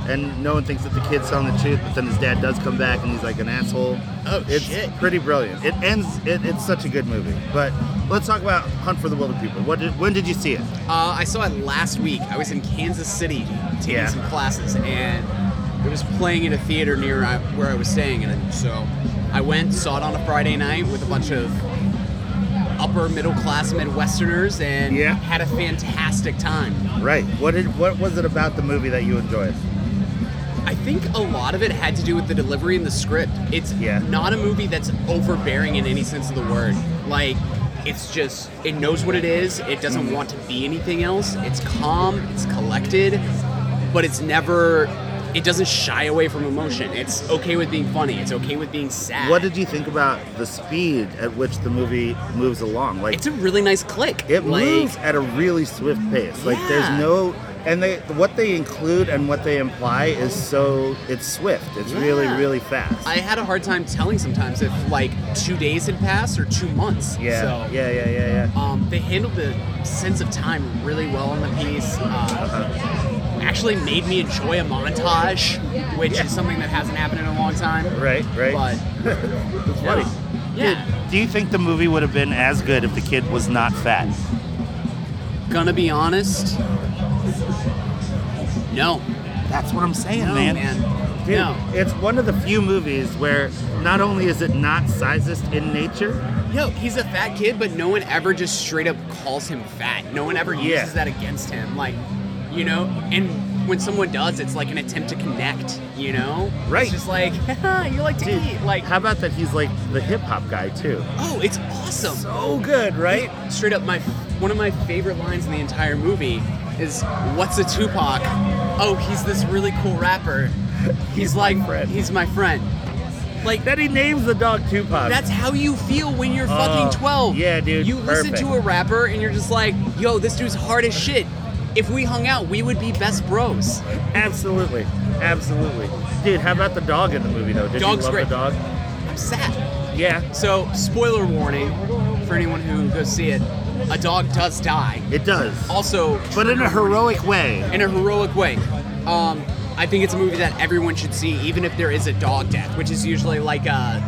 and no one thinks that the kid's telling the truth, but then his dad does come back and he's like an asshole. Oh, it's shit. pretty brilliant. It ends. It, it's such a good movie. But let's talk about Hunt for the Wilder People. What did, when did you see it? Uh, I saw it last week. I was in Kansas City taking Yeah. some classes, and it was playing at a theater near I- where I was staying, and so I went, saw it on a Friday night with a bunch of upper middle class Midwesterners, and Yeah. had a fantastic time. Right. What did what was it about the movie that you enjoyed? I think a lot of it had to do with the delivery and the script. It's Yeah. not a movie that's overbearing in any sense of the word. Like, it's just, it knows what it is. It doesn't Mm-hmm. want to be anything else. It's calm, it's collected, but it's never, it doesn't shy away from emotion. It's okay with being funny, it's okay with being sad. What did you think about the speed at which the movie moves along? Like It's a really nice click. it like, moves at a really swift pace. Like Yeah. there's no and they what they include and what they imply is so it's swift. It's really Yeah. really fast. I had a hard time telling sometimes if like two days had passed or two months. yeah, So- yeah, yeah, yeah, yeah. Um, they handled the sense of time really well in the piece. Uh-huh. Uh, actually, made me enjoy a montage, which is something that hasn't happened in a long time. Right, right. But It's funny. yeah, Do you think the movie would have been as good if the kid was not fat? gonna be honest. No, That's what I'm saying, no, man. Dude, No. it's one of the few movies where not only is it not sizist in nature, Yo, he's a fat kid, but no one ever just straight up calls him fat. No one ever uses Yeah. that against him. Like, you know, and when someone does, it's like an attempt to connect, you know? Right. It's just like, you like to Dude, eat. Like, how about that he's like the hip hop guy too? oh, it's awesome. So good, right? straight up my one of my favorite lines in the entire movie is what's a Tupac? Oh, he's this really cool rapper. He's, like friend. he's my friend. Like That he names the dog Tupac. that's how you feel when Oh, you're fucking 12. yeah, dude, You listen perfect. to a rapper and you're just like, "Yo, this dude's hard as shit." If we hung out, we would be best bros. absolutely, absolutely, dude. How about the dog in the movie though? Did Dog's you love great. the dog? I'm sad. Yeah, So, spoiler warning for anyone who goes see it, a dog does die. it does, Also, but in a heroic way. in a heroic way. Um, I think it's a movie that everyone should see, even if there is a dog death, which is usually like a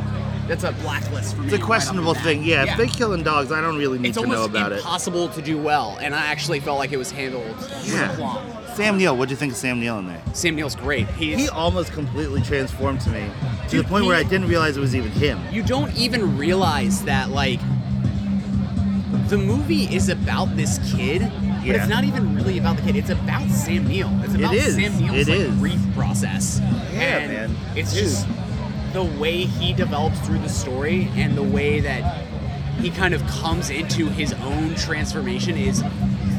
that's a blacklist for me. It's a right off questionable the bat. thing. Yeah, if they killing dogs, I don't really need it's to know almost about impossible to do well, and I actually felt like it was handled it. with aplomb. Yeah. Sam Neill, what'd you think of Sam Neill in there? Sam Neill's great. He's He almost completely transformed to me to Dude, the point where I he- didn't realize it was even him. you don't even realize that like the movie is about this kid, but Yeah. it's not even really about the kid. It's about Sam Neill. It's It about is. Sam It Neill's like, is. grief process. Yeah, and man. It's Dude. just the way he develops through the story and the way that he kind of comes into his own transformation is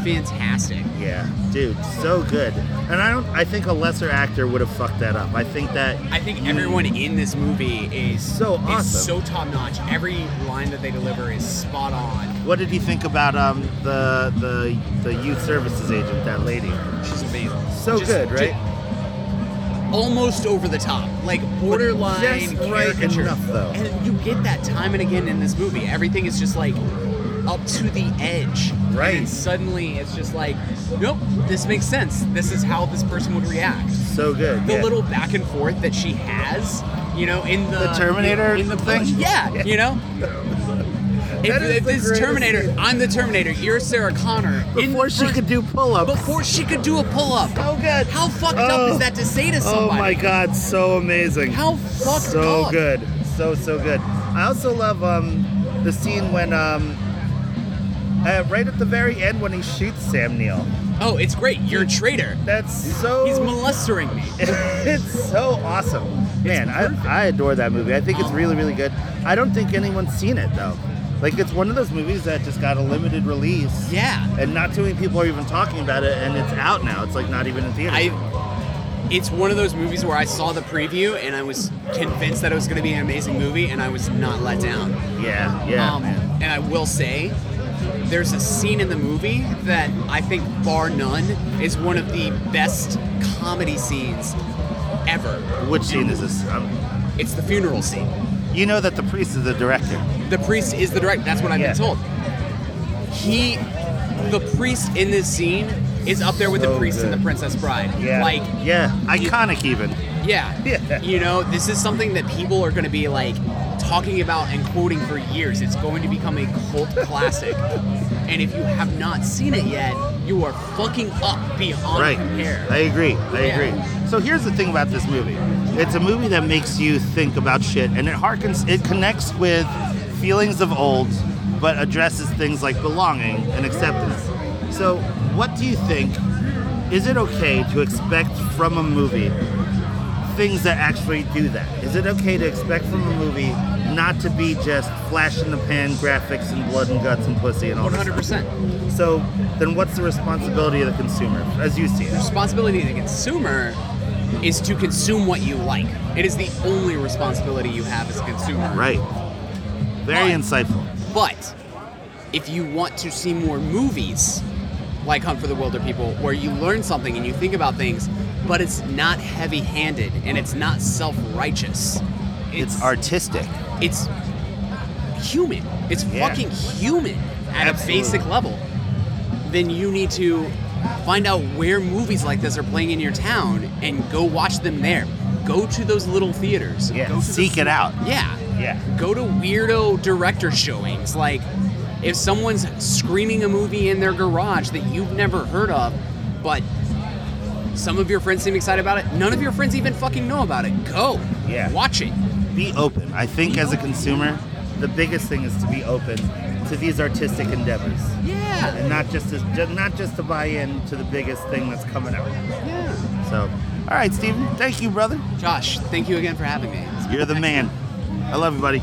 fantastic. Yeah, dude, so good. And I don't. I think a lesser actor would have fucked that up. I think that. I think you- everyone in this movie is So awesome. is so top notch. Every line that they deliver is spot on. What did you think about um the the the youth services agent, that lady? She's amazing. So Oh, good, right? ju- almost over the top, like borderline just right caricature. enough, though. And you get that time and again in this movie. Everything is just like up to the edge. Right. And then suddenly it's just like, nope, this makes sense. This is how this person would react. So good. The yeah. little back and forth that she has, you know, in the, The Terminator in the thing? Yeah, you know. If, That is if the this greatest Terminator, scene. I'm the Terminator. You're Sarah Connor. in before the she first- could do pull-ups. before she could do a pull up. So good. How fucked Oh. up is that to say to oh somebody? my god, so amazing. How fucked so up? good, so so good. I also love um the scene when um. Uh, right at the very end when he shoots Sam Neill. Oh, it's great. You're a traitor. That's so He's molestering me. it's so awesome. Man, I, I adore that movie. I think it's really, really good. I don't think anyone's seen it though. Like it's one of those movies that just got a limited release. Yeah. And not too many people are even talking about it and it's out now. It's like not even in theaters. I. It's one of those movies where I saw the preview and I was convinced that it was going to be an amazing movie, and I was not let down. yeah, yeah, Um, man. And I will say, there's a scene in the movie that I think, bar none, is one of the best comedy scenes ever. Which scene is this? Um, It's the funeral scene. you know that the priest is the director. the priest is the director. That's what I've Yeah. been told. He, the priest in this scene is up there with the So priest and good. the Princess Bride. Yeah. Like, yeah, iconic even. yeah. Yeah. You know, this is something that people are going to be like talking about and quoting for years. It's going to become a cult classic. And if you have not seen it yet, you are fucking up beyond Right. compare. I agree. I Yeah. agree. So here's the thing about this movie. It's a movie that makes you think about shit and it harkens it connects with feelings of old but addresses things like belonging and acceptance. So what do you think is it okay to expect from a movie things that actually do that? Is it okay to expect from a movie not to be just flash in the pan graphics and blood and guts and pussy and all that? 100%. So then what's the responsibility of the consumer as you see it? Responsibility to the consumer is to consume what you like. It is the only responsibility you have as a consumer. Right. Very But- insightful. But if you want to see more movies like Hunt for the Wilder People, where you learn something and you think about things, but it's not heavy handed and it's not self righteous, It's artistic. it's human. It's Yeah. fucking human at Absolutely. a basic level. Then you need to find out where movies like this are playing in your town and go watch them there. Go to those little theaters. Yeah. Go to the Seek it out. Yeah. Yeah. Go to weirdo director showings. Like, if someone's screening a movie in their garage that you've never heard of, but some of your friends seem excited about it, none of your friends even fucking know about it. Go. Yeah. Watch it. Be open. I think as a consumer, the biggest thing is to be open to these artistic endeavors. Yeah. And not just to ju- not just to buy in to the biggest thing that's coming out. Yeah. So all right, Steven. Thank you, brother. Josh, thank you again for having me. You're the man. I love you, buddy.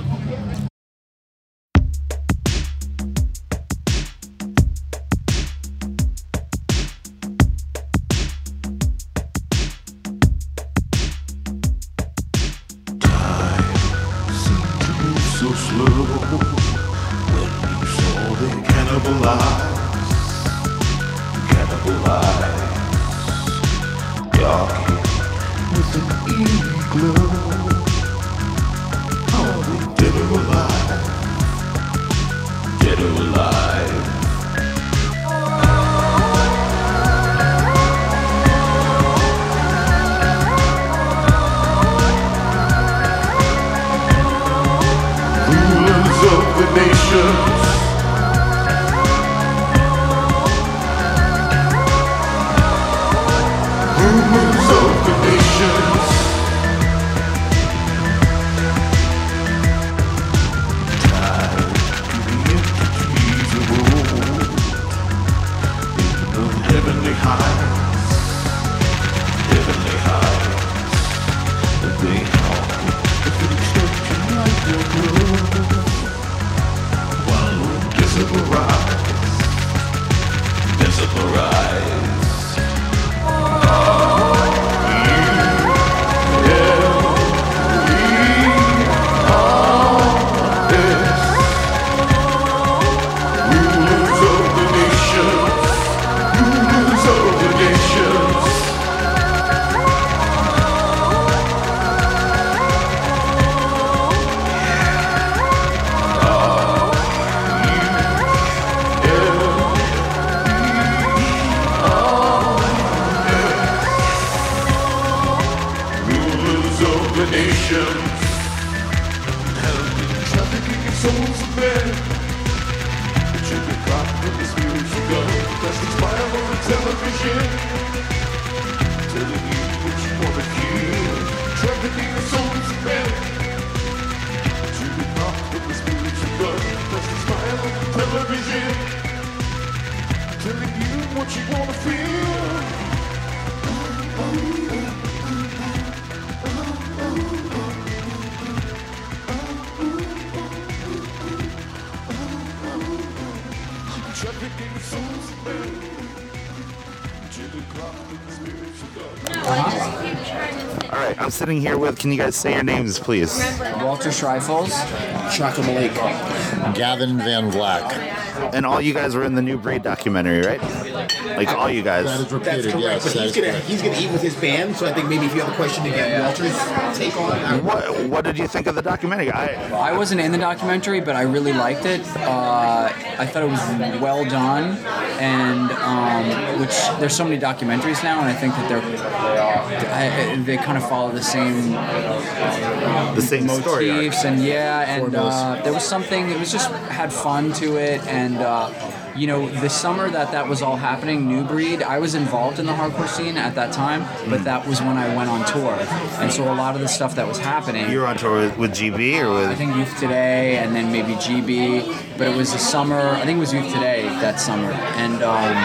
so slow when you saw they cannibalize, cannibalize, darkened with an eerie glow. Are they dead or alive? Dead or alive? rulers of the nations. Rulers of the nations. Tied to the entities of old in the heavenly heights, heavenly heights. They haunt the construction like their glow While invisible rise Visible rise R-E-L-E-R-S Rulers of the nations Rulers of the nations rulers of the nations have been trafficking in souls of men. But you can cop with this music gun that's inspired on the television. Telling you what you want to hear. Trafficking in souls of men. But you can cop with this music gun that's inspired on the television. Telling you what you want to feel. Trafficking in souls of men. But you can cop with this music gun. No, I just keep trying to think. All right, I'm sitting here with. Can you guys say your names, please? Walter Schreifels, Shaka Malik. Gavin Van Black. And all you guys were in the New Breed documentary, right? Like all you That guys. is repeated, That's correct, yes. but that he's is gonna correct. he's gonna eat with his band. So I think maybe if you have a question to get Walter's take on, I What What did you think of the documentary? I I wasn't in the documentary, but I really liked it. Uh, I thought it was well done, and um, which there's so many documentaries now, and I think that they're I, I- they kind of follow the same the same story. arc. motifs, and yeah, and uh, there was something. It was just had fun to it, and. Uh, you know, the summer that that was all happening, New Breed, I was involved in the hardcore scene at that time, but that was when I went on tour. And so a lot of the stuff that was happening. You were on tour with, with GB or Uh, I with? think Youth Today, and then maybe GB. But it was the summer. I think it was Youth Today that summer, and um,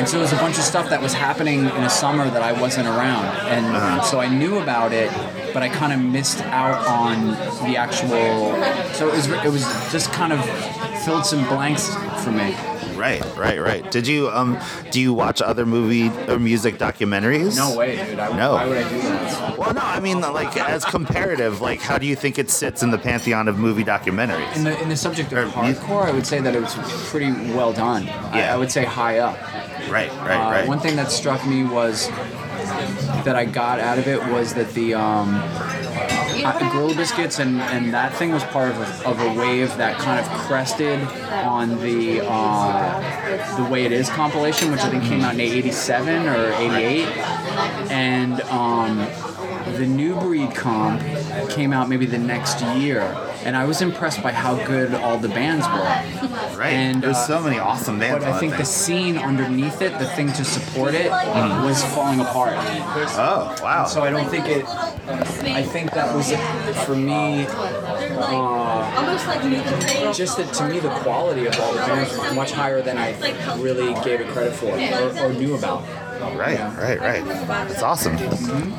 and so there was a bunch of stuff that was happening in a summer that I wasn't around, and so I knew about it, but I kind of missed out on the actual. So it was it was just kind of filled some blanks for me. Right, right, right. Did you um? Do you watch other movie or music documentaries? No way, dude. I, No. Why would I do that? Well, no, I mean, like, as comparative, like, how do you think it sits in the pantheon of movie In documentaries? the, in the subject of Or music. hardcore, I would say that it was pretty well done. I- Yeah. I would say high up. Right, Uh, right, One right. thing that struck me was that I got out of it was that the um, uh, Gorilla Biscuits and, and that thing was part of a, of a wave that kind of crested on the uh, the way it is compilation, which I think came out in '87 or '88, and um, the New Breed comp came out maybe the next year, and I was impressed by how good all the bands were. Right. and, There's uh, so many awesome bands. But I on think that the thing. Mm-hmm. scene underneath it, the thing to support it, was falling apart. Oh wow. So I don't think it. I think that was for me. Uh, just that to me, the quality of all the bands was much higher than I really gave it credit for or, or knew about. Right, right, right. It's awesome.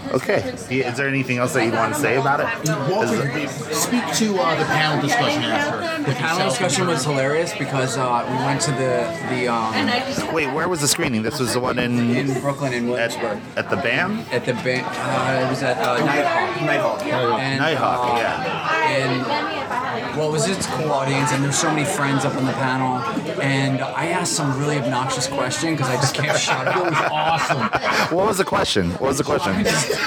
Okay. Do you- Is there anything else that you want to say about it? Walter, speak to uh, the panel discussion after. The panel discussion was hilarious because uh, we went to the the um, Wait, where was the screening? This was the one in in Brooklyn and at, Williamsburg. at the BAM. at the ba- uh, it was at uh, Nighthawk. Nighthawk. And, Nighthawk, uh, yeah. And well, it was just a cool audience, and there's so many friends up on the panel. And I asked some really obnoxious question because I just can't shut up. It was awesome. What was the question? What was the question?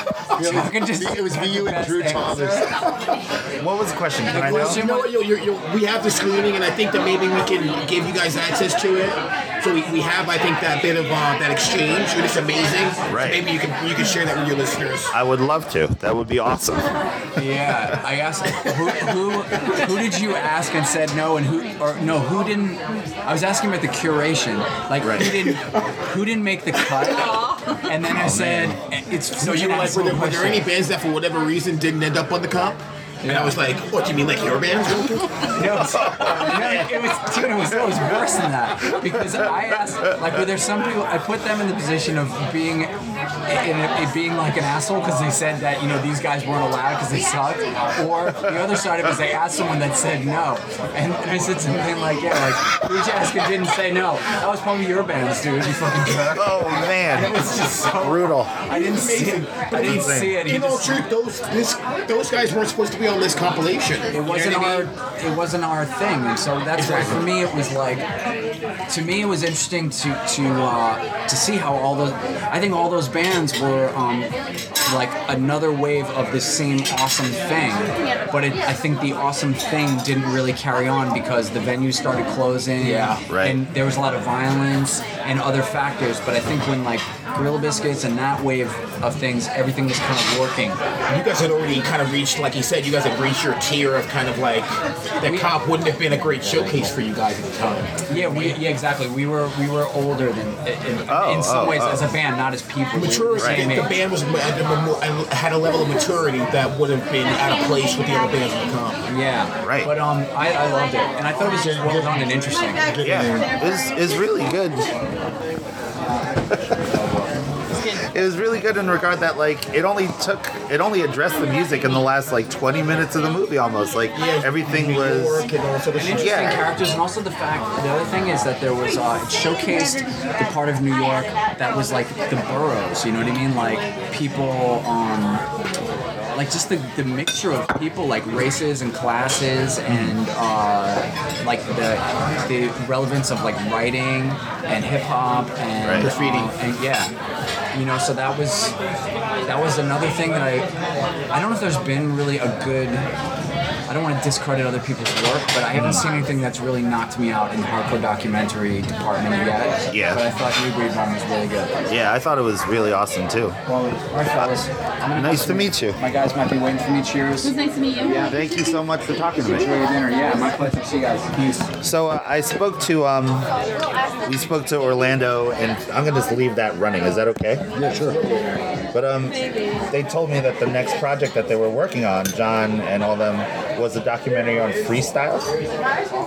Talking just It was me, you, and best Drew answer. Thomas. What was the question? Can I know? You know what? You'll, you'll, you'll, we have the screening, and I think that maybe we can give you guys access to it. So we, we have, I think, that bit of uh, that exchange, and it's amazing. So Right. maybe you can you can share that with your listeners. I would love to. That would be awesome. Yeah, I asked who, who who did you ask and said no, and who or no who didn't. I was asking about the curation, like Right. who didn't who didn't make the cut, and then I said it's Oh, So you were like, were there, were there any bands that for whatever reason didn't end up on the comp? And I was like, what, do you mean like your bands? No, it was, it was, dude, it was, it was worse than that because I asked, like, were there some people? I put them in the position of being, in a, it being like an asshole because they said that you know these guys weren't allowed because they sucked, or the other side of it is they asked someone that said no, and I said something like, yeah, like, who'd you ask who didn't say no? That was probably your bands, dude. You fucking jerk. Oh man. It was just so Brutal. I didn't see it. I didn't see it. He In all just- truth, those this, those guys weren't supposed to be on this compilation. it wasn't our it wasn't our thing and so that's why for me it was like to me it was interesting to to uh, to see how all those I think all those bands were um, like another wave of this same awesome thing but it, I think the awesome thing didn't really carry on because the venues started closing yeah Right. and there was a lot of violence and other factors but I think when like Gorilla Biscuits and that wave of things everything was kind of working You guys had already kind of reached, like you said, you guys had reached your tier of kind of like that comp wouldn't have been a great showcase for you guys at the time. Yeah, we yeah exactly. We were we were older than in, in, Oh, in some oh, ways oh. as a band, not as people. We were the Maturity, same the, age. band was at a memo- had a level of maturity that would have been out of place with the other bands in the comp. Yeah, Right. But um, I, I loved it, and I thought it was just well done and interesting. Yeah. It's, it's really good. it was really good in regard that like it only took it only addressed the music in the last like 20 minutes of the movie almost like everything was and interesting yeah. characters, and also the fact. The other thing is that there was uh, it showcased the part of New York that was like the boroughs. You know what I mean? Like people, um, like just the, the mixture of people, like races and classes, and uh, like the the relevance of like writing and hip hop and Right. graffiti and yeah. You know, so that was that was another thing that I I don't know if there's been really a good I don't want to discredit other people's work, but I haven't seen anything that's really knocked me out in the hardcore documentary department yet. Yeah. But I thought New Breed one was really good. yeah i thought it was really awesome too All right, fellas. I'm gonna nice to meet you my guys might be waiting for me. Cheers. It was nice to meet you. Yeah. thank you so much for talking to me Enjoy your dinner. Yeah, my pleasure. See you guys. Peace. So uh, I spoke to um, we spoke to Orlando, and I'm gonna just leave that running. Is that okay? Yeah, sure. But um, they told me that the next project that they were working on, John and all them, was a documentary on freestyle.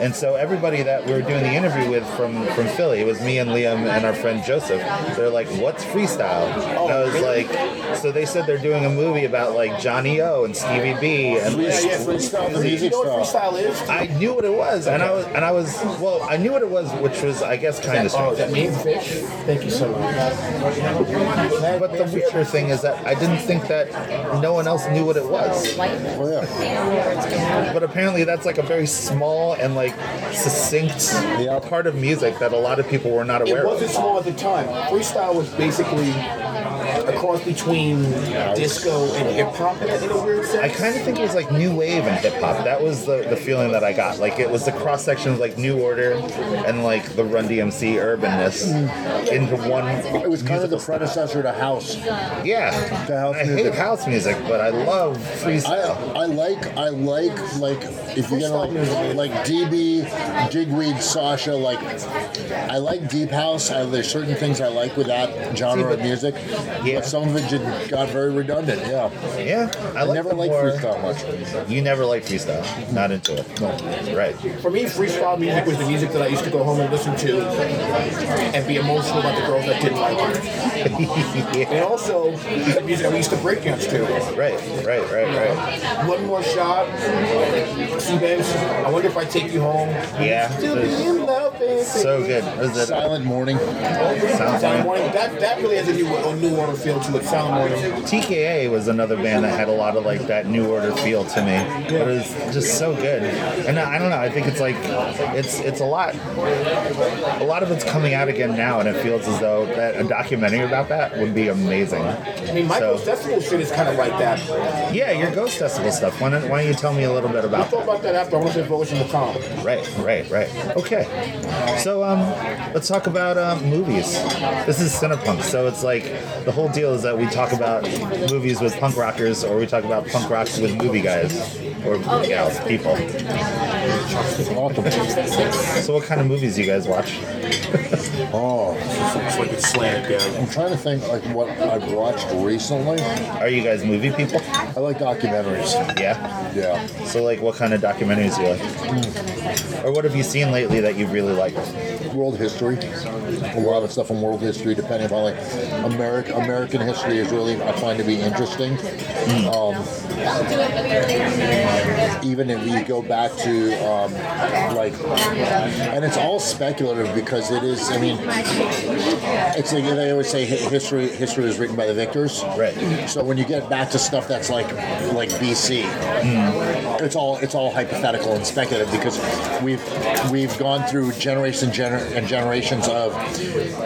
And so everybody that we were doing the interview with from from Philly, it was me and Liam and our friend Joseph. They're like, "What's freestyle?" And I was like, "So they said they're doing a movie about like Johnny O and Stevie B and Yeah, yeah, freestyle, the music You know what style. freestyle is? I knew what it was, and I was, and I was, well, I knew what it was, which was, I guess, kind of strange. Oh, that means fish? Thank you so much. But the weirder thing is that I didn't think that no one else knew what it was. But apparently, that's like a very small and like succinct part of music that a lot of people were not It aware wasn't of. small at the time. Freestyle was basically a cross between disco and hip hop in a weird sense. I kind of think it was like new wave and hip hop. That was the, the feeling that I got. Like it was the cross section of like New Order and like the Run DMC urbanness into one. It was kind of the predecessor to house. Yeah, to house I music. hate house music, but I love freestyle. I, I like I like like if you're gonna like like DB, Digweed, Sasha. Like I like deep house. I, there's certain things I like with that genre of music, but some of it just got very redundant. Yeah. Yeah, I, I like never the liked more- freestyle You never liked freestyle. Not into it. No. Right. For me, freestyle music was the music that I used to go home and listen to and be emotional about the girls that didn't like it. And also, the music that we used to break dance to. Right, right, right, right. One more shot. See, babes, I wonder if I take you home. Yeah. Still being nothing. So good. What is it? Silent morning. Silent Morning. That, that really has a new, a new order feel to it. Silent Morning. TKA was another band that had a lot of like that new order feel to me. But it was just so good. And I I don't know, I think it's like it's it's a lot a lot of it's coming out again now and it feels as though that a documentary about that would be amazing. I mean, my So- Ghost Festival shit is kind of like that. yeah, your Ghost Festival stuff. Why don't, why don't you tell me a little bit We'll about that? talk about that after. I want to say Volition will come. Right, right, right. Okay. So um, let's talk about um, movies. This is Cinepunk, so it's like the whole deal is that we talk about movies with punk rockers, or we talk about punk rocks with movie guys or movie gals, people. So what kind of movies do you guys watch? Oh, it's like it's slant, I'm trying to think like what I've watched recently. Are you guys movie people? I like documentaries. Yeah. Yeah. So like, what kind of documentaries do you like? Or what have you seen lately that you really liked? world history. A lot of stuff on world history, depending upon like American American history, is really I find to be interesting. Hmm. Um, even if you go back to um, like, and it's all speculative because it is. I mean, it's like they always say hi- history history is written by the victors. Right. So when you get back to stuff that's like like BC, Hmm. it's all it's all hypothetical and speculative because we've we've gone through generations and, gener- and generations of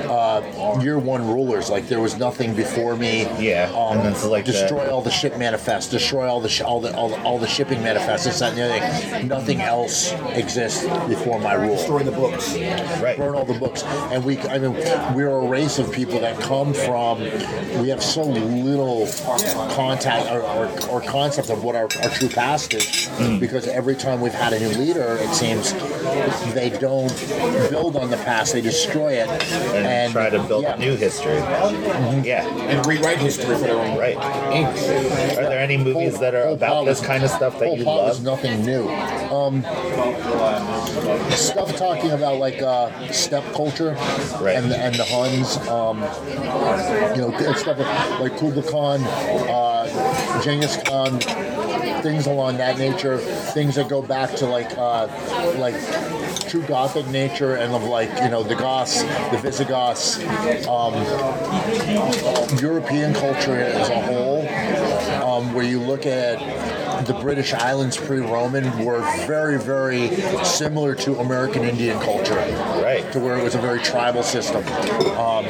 uh, year one rulers. Like there was nothing before me. Yeah, Um, and that's like the- destroy all the ship manifests. Destroy all the sh- all the all the, all the shipping manifests. It's not anything. Nothing else exists before my rule Destroy the books. Right. burn all the books. And we, I mean, we're a race of people that come from, we have so little contact or, or, or concept of what our, our true past is Hmm. because every time we've had a new leader, it seems they don't build on the past, they destroy it. And, And try to build yeah. new history. Mm-hmm. Yeah. And rewrite history for their own Right. Are there any movies that are about this kind of stuff that you Pol Pot was nothing new. Um, stuff talking about like uh, step culture and the, and the Huns. Um, you know, good stuff like Kublai Khan, uh, Genghis Khan, things along that nature. Things that go back to like uh, like true Gothic nature and of like you know the Goths, the Visigoths, um, European culture as a whole. Um, where you look at the British Islands pre-Roman were very, very similar to American Indian culture, right? To where it was a very tribal system, um,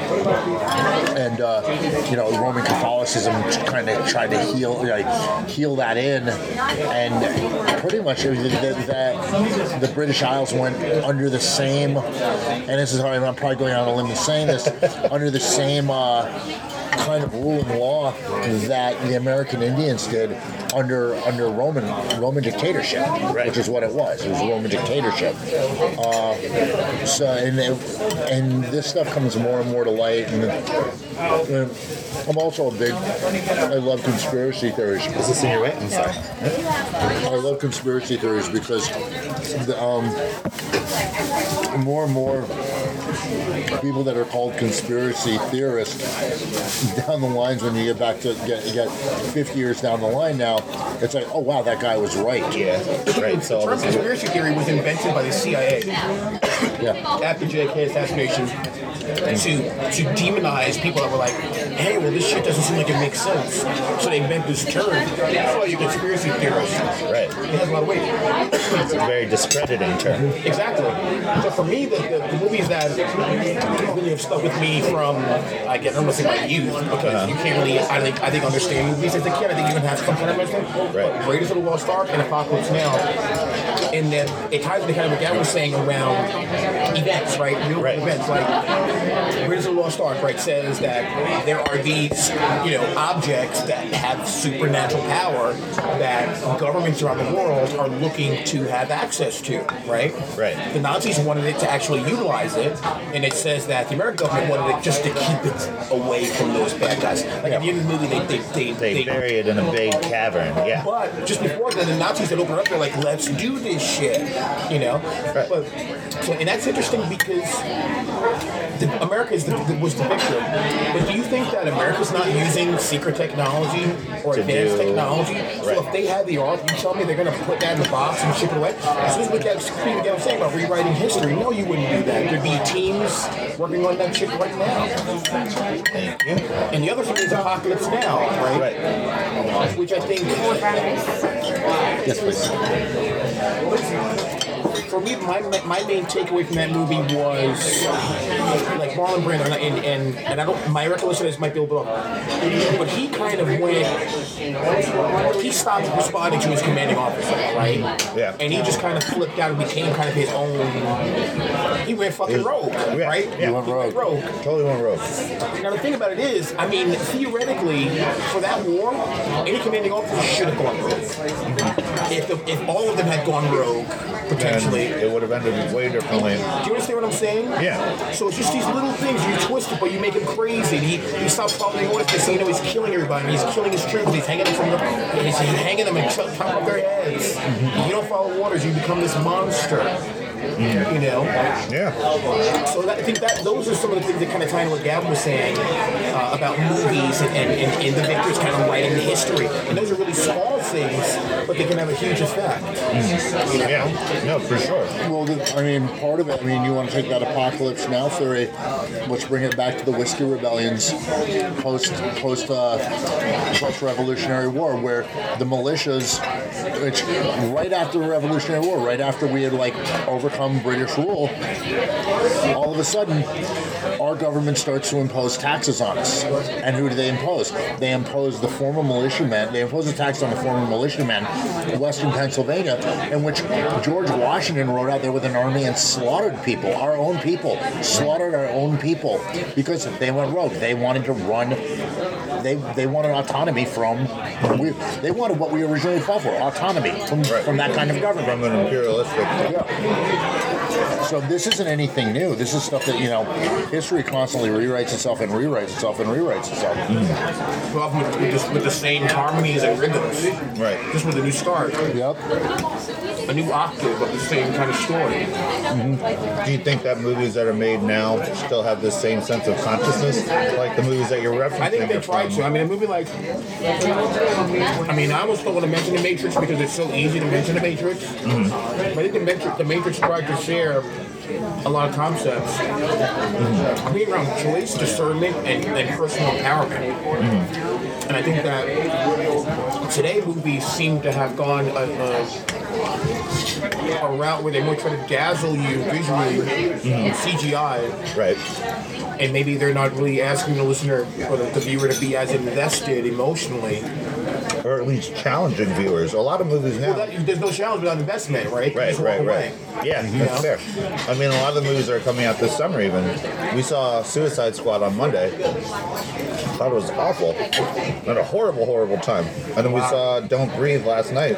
and uh, you know Roman Catholicism kind of tried to heal, like heal that in, and pretty much it was that, that the British Isles went under the same, and this is how I'm probably going out on a limb in saying this, under the same. Uh, kind of rule and law that the American Indians did under under Roman Roman dictatorship, which is what it was. It was Roman dictatorship. Uh, so and it- and this stuff comes more and more to light. And, and I'm also a big. I love conspiracy theories. Is this in your way? I'm sorry. I love conspiracy theories because the, um, more and more people that are called conspiracy theorists down the lines when you get back to get, get 50 years down the line now it's like oh wow that guy was right yeah right so Trump conspiracy theory was invented by the CIA after JFK assassination to to demonize people that were like, hey, well, this shit doesn't seem like it makes sense. So they invent this term. That's why you conspiracy theorists. Right. It has a lot of weight. It's a very discrediting term. Exactly. So for me, the, the, the movies that really have stuck with me from, I guess, I'm going to say my youth, because Uh-huh. you can't really, I think, I think understand movies as a kid. I think you can have some kind of understanding. Right. Raiders of the Lost Ark and Apocalypse Now. And then it ties into kind of what Gavin was saying around events, right? Real events. Like, Raiders of the Lost Ark, right, says that there are these, you know, objects that have supernatural power that governments around the world are looking to have access to, right? Right. The Nazis wanted it to actually utilize it, and it says that the American government wanted it just to keep it away from those bad guys. Like at the end of the movie, they they they, they, bury it in a big cavern, yeah. But just before then, the Nazis had opened up. They're like, "Let's do this shit," you know. But so, and that's interesting because the, America is the, the, was the victim. But do you think that America's not using secret technology or To advanced do- technology? So if they had the art, you tell me they're going to put that in the box and ship it away? As soon as we get Stephen Gale saying about rewriting history, no, you wouldn't do that. There'd be teams working on that shit right now. Thank you. And the other thing is Apocalypse Now, right? Right. Which I think. Yes, for me, my, my main takeaway from that movie was like Marlon Brando, and and, and, and I don't. My recollection is might be a little bit off, but he kind of went. He stopped responding to his commanding officer, right? Yeah. And he just kind of flipped out and became kind of his own. He went fucking rogue, right? He went rogue. Totally went rogue. Now the thing about it is, I mean, theoretically, for that war, any commanding officer should have gone rogue. If, the, if all of them had gone rogue, potentially, it would have ended way differently. do you understand what I'm saying? Yeah. So it's just these little things. You twist it, but you make him crazy. And he, he stops following orders. So you know he's killing everybody. He's killing his troops. He's hanging them from the, he's hanging them and chop top of their heads. You don't follow orders. You become this monster. You know. Yeah. So that, I think that those are some of the things that kind of tie in what Gavin was saying uh, about movies and, and, and, and the victors kind of writing the history. And those are really small things, but they can have a huge effect. You know? Yeah, no, for sure. Well, the, I mean, part of it, I mean, you want to take that apocalypse now theory, let's bring it back to the whiskey rebellions post post uh, post Revolutionary War, where the militias, which right after the Revolutionary War, right after we had like overcome British rule, all of a sudden, our government starts to impose taxes on us. And who do they impose? They impose the former militiamen. They impose a tax on the former militiamen in western Pennsylvania, in which George Washington rode out there with an army and slaughtered people, our own people, slaughtered our own people because they went rogue. They wanted to run they they wanted autonomy from. We, they wanted what we originally fought for: autonomy from, from that kind of government. From an imperialistic. So this isn't anything new. This is stuff that you know, history constantly rewrites itself and rewrites itself and rewrites itself. Mm. Well, with, with, this, with the same harmonies and rhythms. Right. Just with a new start. Yep. A new octave of the same kind of story. Mm-hmm. Do you think that movies that are made now still have the same sense of consciousness, like the movies that you're referencing? I think they are tried from? to. I mean, a movie like. I mean, I almost don't want to mention The Matrix because it's so easy to mention The Matrix. Mm-hmm. But I think The Matrix, the Matrix tried to share a lot of concepts. Mm-hmm. I think around choice, discernment, and, and personal empowerment. Mm-hmm. And I think that today movies seem to have gone a, a, a route where they more try to dazzle you visually, Mhm. CGI, Right. and maybe they're not really asking the listener or the, the viewer to be as invested emotionally. Or at least challenging viewers. A lot of movies now. Well, that, there's no challenge without investment, right? You Right, just walk right, away. right. Yeah, You that's know? fair. I mean, a lot of the movies are coming out this summer. Even we saw Suicide Squad on Monday. Thought it was awful. Had a horrible, horrible time. And then we saw Don't Breathe last night,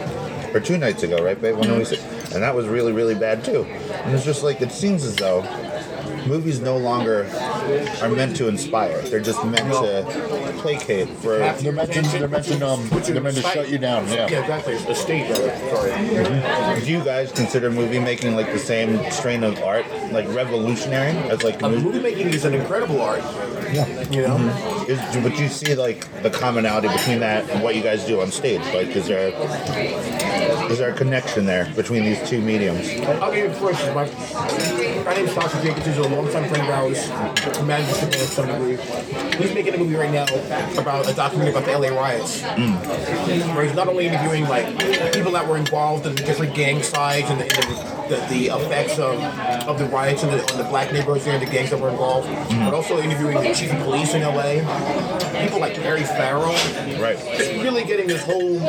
or two nights ago, right, babe? When we s- and that was really, really bad too. And it's just like it seems as though movies no longer are meant to inspire. They're just meant to placate for. They're meant to, they're meant to, um, they're meant to shut you down. Yeah, exactly. The state, sorry. Do you guys consider movie making like the same strain of art, like revolutionary, as like Uh, movie? movie making is an incredible art. You know? Mm-hmm. Is, but you see like the commonality between that and what you guys do on stage. Like, is there is there a connection there between these two mediums? I'll give you a first. My, my name is Dr. Jacobs. He's a longtime friend of ours, who manages the band to some degree. He's making a movie right now about a documentary about the LA riots, Mm-hmm. where he's not only interviewing like people that were involved in the different gang sides and the, and the, the, the effects of, of the riots and the, on the black neighborhoods there and the gangs that were involved, but also interviewing the chief of police in LA, people like Barry Farrell. Right. Really getting this whole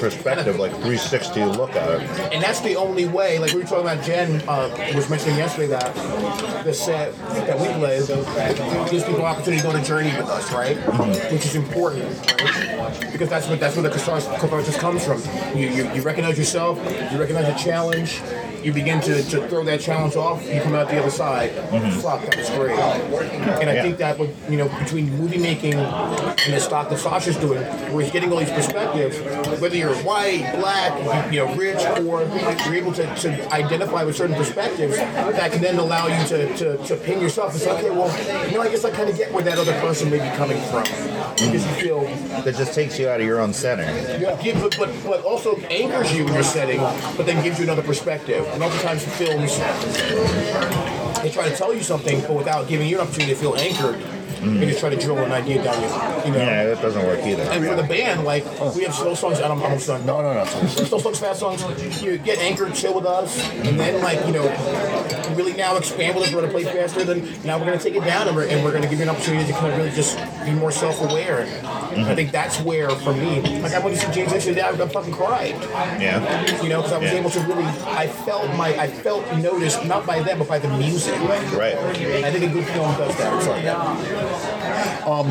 Perspective, like 360 look at it. and that's the only way. Like we were talking about, Jen uh, was mentioning yesterday that the set that we play gives people an opportunity to go to journey with us, right? Which is important, right? Because that's what that's where the catharsis comes from. You, you you recognize yourself, you recognize the challenge, you begin to, to throw that challenge off, you come out the other side. Fuck, that was great. And I think that with you know between movie making and the stock that Sasha's doing, where he's getting all these perspectives, whether you're white, black, you know, rich, poor, you're able to, to identify with certain perspectives that can then allow you to, to, to pin yourself and say, okay, well, you know, I guess I kind of get where that other person may be coming from. Because you feel That just takes you out of your own center. yeah, but, but but also anchors you in your setting, but then gives you another perspective. And oftentimes films, they try to tell you something, but without giving you an opportunity to feel anchored. They just try to drill an idea down your, you know. Yeah, that doesn't work either. And for the band, like we have slow songs. I don't, I'm sorry. No, no, no. Slow songs, fast songs. You get anchored, chill with us, and then like you know, really now expand with us. We're gonna play faster. Then now we're gonna take it down, and we're, and we're gonna give you an opportunity to kind of really just be more self-aware. Mm-hmm. I think that's where for me, like I went to see James Lipton today, I fucking cried. Yeah. You know, because I was Yeah. able to really, I felt my, I felt noticed not by them, but by the music. Right. I think a good film does that. It's like, um,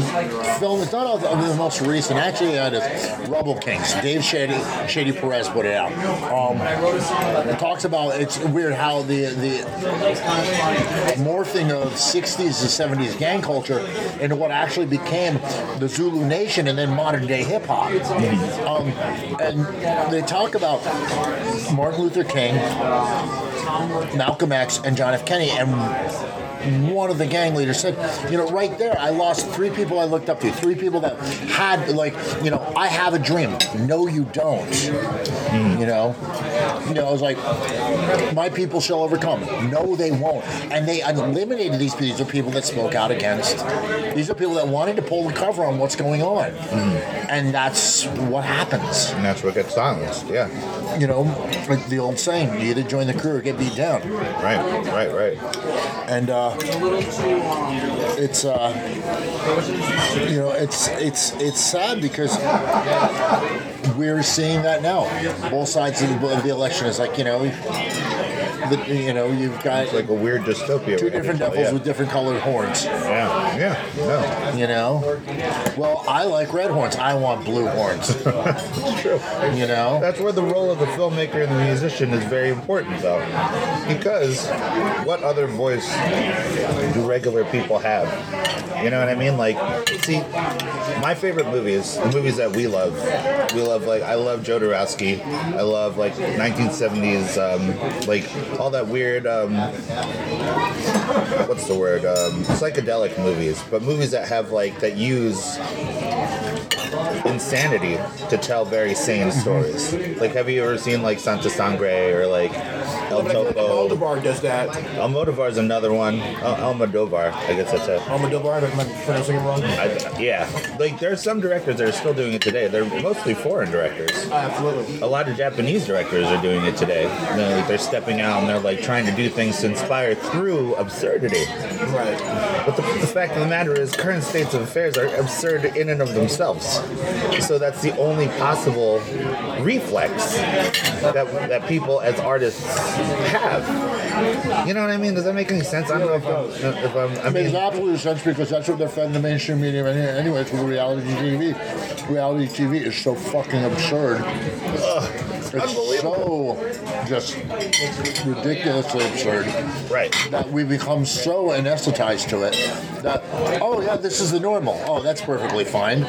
film. It's not all the, the most recent. Actually, that is Rubble Kings. Dave Shady, Shady Perez put it out. Um, it talks about it's weird how the the morphing of 60s and 70s gang culture into what actually became the Zulu Nation and then modern day hip hop. Um, and they talk about Martin Luther King, Malcolm X, and John F. Kennedy, and one of the gang leaders said, you know, right there, I lost three people I looked up to, three people that had, like, you know, I have a dream. No, you don't. You know, you know, I was like, my people shall overcome. No, they won't. And they eliminated these. These are people that spoke out against. These are people that wanted to pull the cover on what's going on, and that's what happens. And that's what gets silenced. Yeah. You know, like the old saying: you either join the crew or get beat down. Right. Right. Right. And uh, it's uh, you know it's it's it's sad because we're seeing that now. Both sides of the, of the election is like you know the, you know, you've got It's like a weird dystopia. two we had different to devils play out. with different colored horns. Yeah, yeah, no. You know, well, I like red horns. I want blue horns. True. You know? That's where the role of the filmmaker and the musician is very important, though. Because what other voice do regular people have? You know what I mean? Like, see, my favorite movies, the movies that we love, we love, like, I love Jodorowsky. I love, like, 1970s, um, like, all that weird, um, what's the word? Um, psychedelic movies, but movies that have, like, that use insanity to tell very Mm-hmm. sane stories. Like, have you ever seen like Santa Sangre or like El Topo? Almodovar does that. Almodovar is another one. El- Almodovar, I guess that's it. Almodovar, am I pronouncing it wrong? I, yeah, like there's some directors that are still doing it today. They're mostly foreign directors. Oh, Absolutely. A lot of Japanese directors are doing it today. You know, like, they're stepping out and they're like trying to do things to inspire through absurdity. Right. But the, the fact of the matter is, current states of affairs are absurd in and of themselves. So that's the only possible reflex that, that people as artists have. You know what I mean? Does that make any sense? I don't know if I'm. If I'm I It makes mean, absolute sense because that's what they're fed the mainstream media any- anyway through reality TV. Reality TV is so fucking absurd. It's so just ridiculously absurd right. that we become so anesthetized to it that oh yeah, this is the normal. Oh, that's perfectly fine.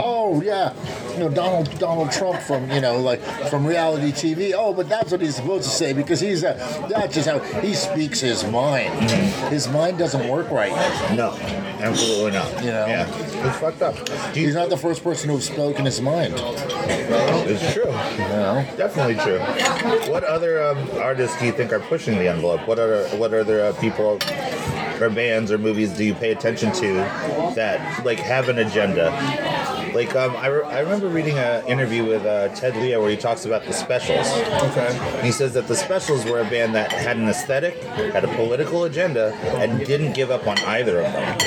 Oh yeah, you know Donald Donald Trump from you know like from reality TV. Oh, but that's what he's supposed to say because he's a that's just how he speaks his mind. His mind doesn't work right. Mm-hmm. No, absolutely not. You know? Yeah. It's fucked up. Do He's you, not the first person who's spoken his mind. it's true. You know. Definitely true. What other um, artists do you think are pushing the envelope? What other what other uh, people or bands or movies do you pay attention to that like have an agenda? Like um, I, re- I remember reading an interview with uh, Ted Leo where he talks about the specials. Okay. And he says that the specials were a band that had an aesthetic, had a political agenda, and didn't give up on either of them.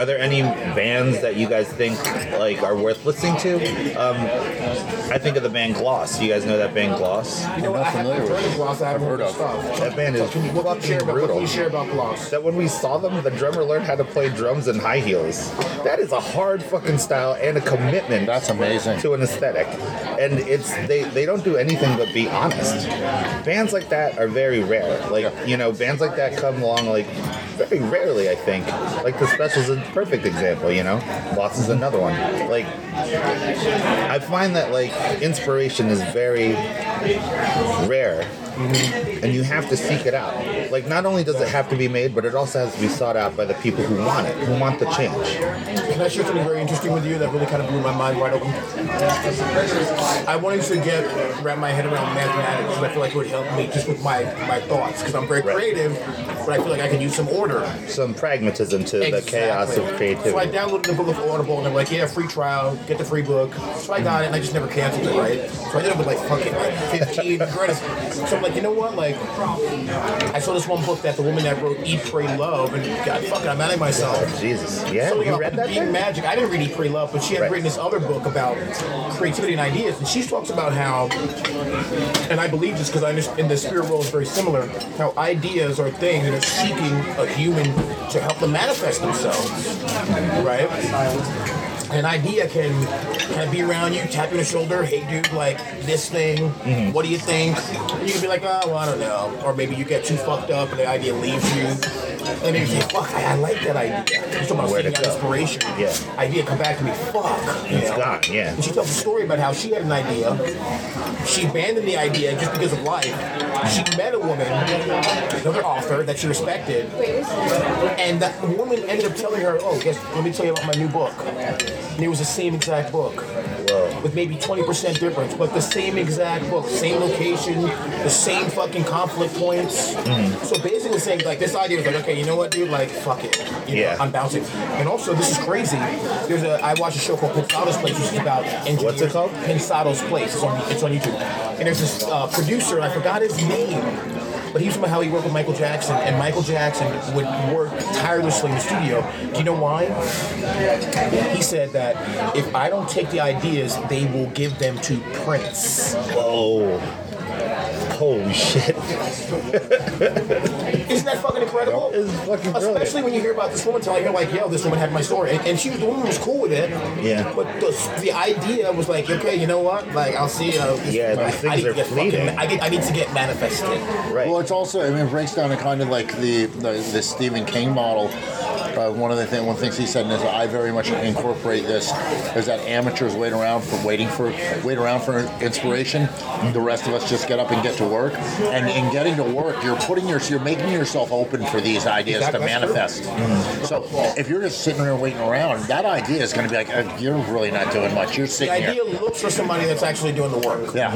Are there any bands that you guys think like are worth listening to? Um, I think of the band Gloss. You guys know that band Gloss? You know what? I haven't heard of Gloss. I haven't heard of stuff. That band is So can you, what can you share fucking about, what can brutal. you share about Gloss? That when we saw them, the drummer learned how to play drums in high heels. That is a hard fucking style and a commitment. That's amazing. To an aesthetic, and it's they they don't do anything but be honest. Bands like that are very rare. Like you know, bands like that come along like very rarely. I think like the Specials is a perfect example. You know, Loss is another one. Like I find that like inspiration is very rare. Mm-hmm. And you have to seek it out. Like, not only does it have to be made, but it also has to be sought out by the people who want it, who want the change. Can I share something very interesting with you that really kind of blew my mind wide open? I wanted to get wrap my head around mathematics because I feel like it would help me just with my, my thoughts because I'm very Right. creative, but I feel like I can use some order. some pragmatism to the chaos of creativity. So I downloaded the book of Audible and I'm like, yeah, free trial, get the free book. So I got it and I just never canceled it, right? So I ended up with like fucking like 15 credits. So I'm like, you know what? Like, I saw this one book that the woman that wrote Eat, Pray, Love, and God, fucking, I'm mad at myself. Jesus, yeah, Something you about read that being thing? magic. I didn't read Eat, Pray, Love, but she had Right. written this other book about creativity and ideas, and she talks about how, and I believe this because I understand the spirit world is very similar. How ideas are things that are seeking a human to help them manifest themselves, right? An idea can can be around you, tap you on the shoulder, hey dude, like this thing, Mm-hmm. what do you think? And you can be like, oh, well, I don't know. Or maybe you get too fucked up and the idea leaves you. And then you say, fuck, I, I like that idea. You're talking about Where to seeking out go. inspiration. Yeah. Idea come back to me, fuck. you It's know? gone, yeah. And she tells a story about how she had an idea. She abandoned the idea just because of life. She met a woman, another author that she respected, and that woman ended up telling her, "Oh, guess let me tell you about my new book." And it was the same exact book, with maybe twenty percent difference, but the same exact book, same location, the same fucking conflict points. So basically, saying like this idea was like, okay, you know what, dude, like fuck it, you know, Yeah. I'm bouncing. And also, this is crazy. There's a I watched a show called Pensado's Place, which is about engineers. What's it called? Pensado's Place. It's on it's on YouTube. And there's this uh, producer. I forgot his name. But he's about how he worked with Michael Jackson, and Michael Jackson would work tirelessly in the studio. Do you know why? He said that if I don't take the ideas, they will give them to Prince. Whoa, Holy shit. Isn't that fucking incredible? Especially when you hear about this woman telling you, like, yo, this woman had my story. And, and she was the woman who was cool with it. Yeah. But the, the idea was like, okay, you know what? Like, I'll see you. Yeah, I, those I things need to are get fucking- fleeting. I, get- I need to get manifested. Right. Well, it's also I mean, it breaks down to kind of like the the, the Stephen King model. Uh, one of the thing, one of the things he said is I very much incorporate this is that amateurs wait around for waiting for wait around for inspiration. The rest of us just get up and get to work. And in getting to work, you're putting your you're making yourself open for these ideas Exactly. to manifest. Mm. So if you're just sitting there waiting around, that idea is going to be like uh, you're really not doing much. You're The sitting idea here. looks for somebody that's actually doing the work. Yeah.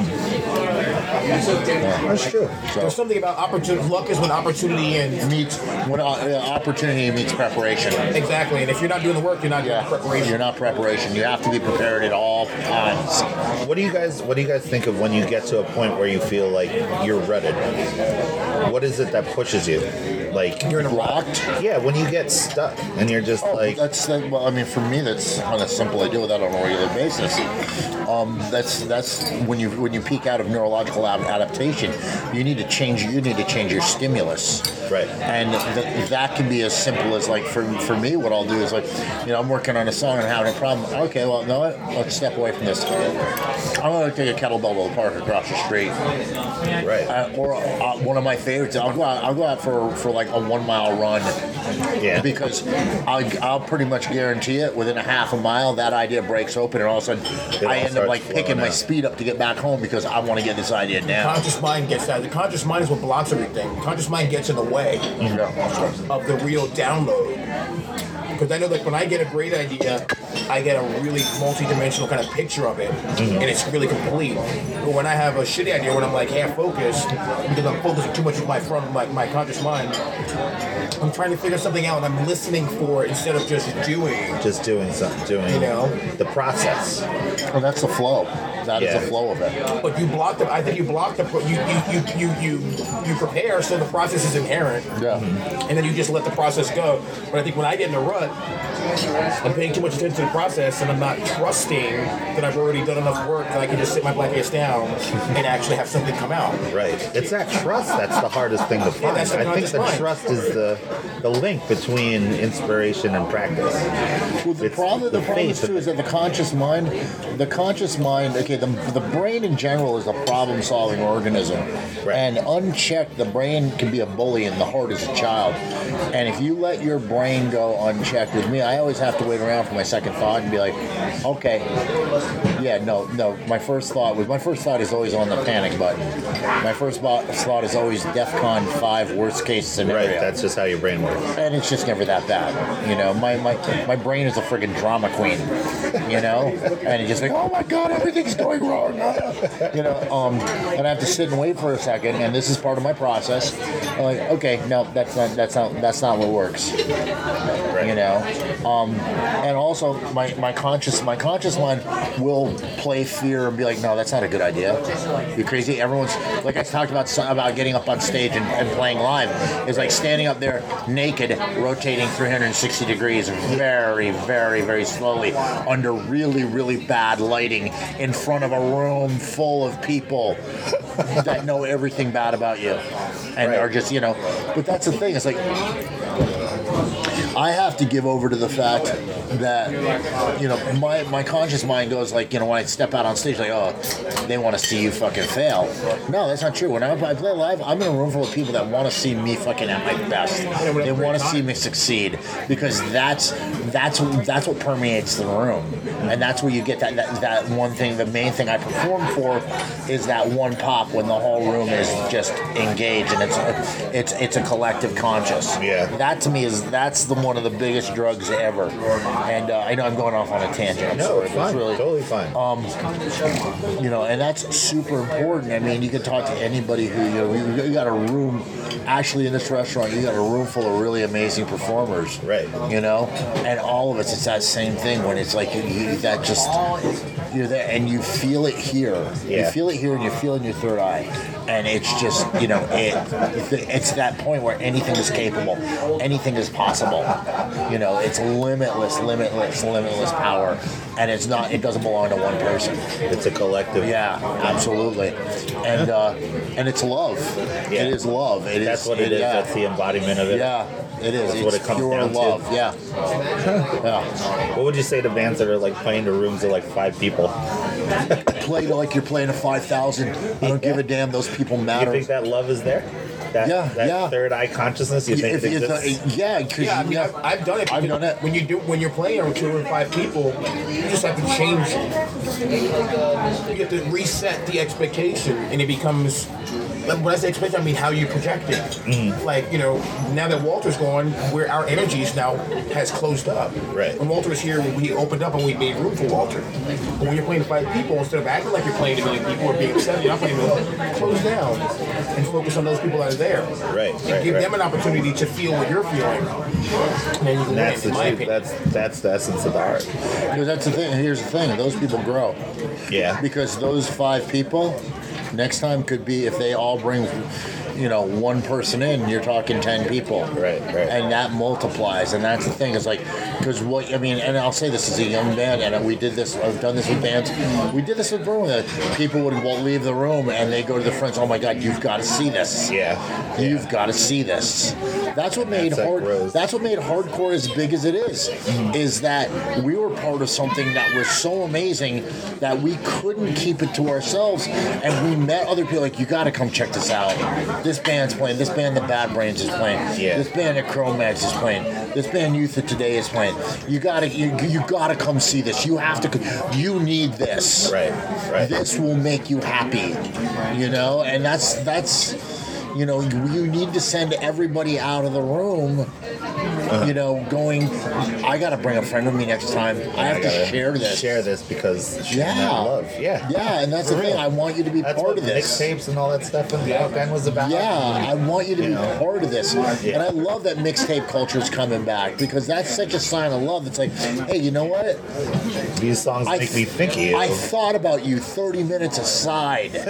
That's true. There's something about opportunity. Luck is when opportunity and Meets when uh, opportunity meets preparation. exactly. And if you're not doing the work, you're not doing the preparation. You're not preparation. You have to be prepared at all times. What do you guys What do you guys think of when you get to a point where you feel like you're rutted? What is it that pushes you? Like You're in a rut. Blocked. yeah, when you get stuck and you're just like Oh, That's that, well, I mean, for me, that's kind of simple. I deal with that on a regular basis. Um, that's that's when you when you peak out of neurological ad- adaptation, you need to change. You need to change your stimulus. Right. And th- that can be as simple as like for for me, what I'll do is like, you know, I'm working on a song and having a problem. Okay, well, you know what? Let's step away from this. I'm gonna take a kettlebell to the park across the street. right. uh, or uh, one of my favorites. I'll go out. I'll go out for, for like a one mile run. Yeah. Because I'll, I'll pretty much guarantee it. Within a half a mile, that idea breaks open, and all of a sudden, It all I end up starts like picking flowing my out. speed up to get back home because I want to get this idea down. Conscious mind gets that. The conscious mind is what blocks everything. Conscious mind gets in the way of the real download. Because I know that when I get a great idea, I get a really multi-dimensional kind of picture of it, Mm-hmm. and it's really complete. But when I have a shitty idea, when I'm like half focused, because I'm focusing too much with my front, my, my conscious mind, I'm trying to figure something out. and I'm listening for it instead of just doing. Just doing something, doing You know? the process. Well, that's the flow. That is Yeah. the flow of it. But you block the. I think you block the. pro- You you you you you, you prepare so the process is inherent. Mm-hmm. Yeah. and then you just let the process go. But I think when I get in a rut, I'm paying too much attention to the process, and I'm not trusting that I've already done enough work that I can just sit my black ass down and actually have something come out. Right. It's that trust that's the hardest thing to find. that's the I think conscious the mind. trust is the the link between inspiration and practice. Well, the It's problem, the problem faith too is that the conscious mind, the conscious mind, okay, the, the brain in general is a problem solving organism. Right. And unchecked, the brain can be a bully and the heart is a child. And if you let your brain go unchecked with me, I always have to wait around for my second thought and be like, okay, yeah, no, no, my first thought was, my first thought is always on the panic button. My first bo- thought is always DEFCON 5 worst case scenario Right. That's just how your brain works. and it's just never that bad. You know, my my, my brain is a freaking drama queen. You know, and it's just like, oh my god, everything's going wrong. You know, um, and I have to sit and wait for a second, and this is part of my process. I'm like, okay, no, that's not that's not that's not what works. You know, um, and also my, my conscious my conscious mind will play fear and be like, no, that's not a good idea. You're crazy. Everyone's like I talked about about getting up on stage and, and playing live is like standing up there naked, rotating 360 degrees very, very, very slowly under really, really bad lighting in front of a room full of people that know everything bad about you and are just you know. But that's the thing. It's like I have to give over to the fact that you know my, my conscious mind goes like you know when I step out on stage like oh they want to see you fucking fail. No, that's not true. When I, I play live, I'm in a room full of people that want to see me fucking at my best. They want to see me succeed because that's that's that's what permeates the room, and that's where you get that that, that one thing. The main thing I perform for is that one pop when the whole room is just engaged and it's it's it's a collective conscious. Yeah. That to me is that's the one of the biggest drugs ever. And uh, I know I'm going off on a tangent. I'm No, sorry, it's but fine. it's really totally fine. you know, and that's super important. I mean, you can talk to anybody who you know. You, you got a room, actually, in this restaurant, you got a room full of really amazing performers. Right. You know, and all of us, it's that same thing when it's like you, you that just you're there, and you feel it here. You Yeah. feel it here, and you feel it in your third eye, and it's just you know it. It's that point where anything is capable, anything is possible. You know, it's limitless, limitless, limitless power, and it's not. It doesn't belong to one person. It's a collective. Yeah, absolutely, and uh, and it's love. Yeah. It is love. It is. That's what it is. yeah. That's the embodiment of it. Yeah, it is. That's it's what it comes pure down to. love. Yeah. yeah. What would you say to bands that are like playing to rooms of like five people? Play like you're playing a five thousand. I don't give a damn. Those people You matter. think that love is there? That, Yeah, that yeah. third eye consciousness. You think If it it's a- exists? yeah, 'cause Yeah, I you mean, never- I've, I've done it. I've because done it. When you do, when you're playing with two or five people, you just have to change. You have to reset the expectation, and it becomes. like, When I say expectation, I mean how you project it. Mm. Like you know, now that Walter's gone, where our energies now has closed up. Right. When Walter was here, we opened up and we made room for Walter. But when you're playing to five people, instead of acting like you're playing to million people or being upset, you're not playing to a million. Close down and focus on those people that are there. Right, And right, give right. them an opportunity to feel what you're feeling. And then you can That's the win, in my truth. opinion. That's that's the essence of the art. Because that's the thing. Here's the thing. Those people grow. Yeah. Because those five people, next time could be if they all bring, you know, one person in. You're talking ten people. Right, right. And that multiplies. And that's the thing. Is like because what I mean. And I'll say this as a young band, and we did this. I've done this with bands. We did this with Berlin. People would wa- leave the room and they go to the friends. Oh my God, you've got to see this. Yeah. You've got to see this. That's what made that hard. growth. That's what made hardcore as big as it is, Is that we were part of something that was so amazing that we couldn't keep it to ourselves, and we met other people like you got to come check this out. This band's playing. This band, the Bad Brains, is playing. Yeah. This band at Chromax is playing. This band Youth of Today is playing. You gotta, you, you gotta come see this. You have to. c- You need this Right. Right. this will make you happy you know and that's that's you know you, you need to send everybody out of the room Uh, you know going i gotta bring a friend with me next time i have to gotta share this Share this because share yeah that love. Yeah. yeah and that's the thing i want you to be That's part what of this mixtapes and all that stuff and yeah. Ben was about. yeah, I want you to be know? part of this. Yeah. And I love that mixtape culture is coming back because that's such a sign of love. It's like, hey, you know what? These songs make me think of you. I thought about you 30 minutes aside.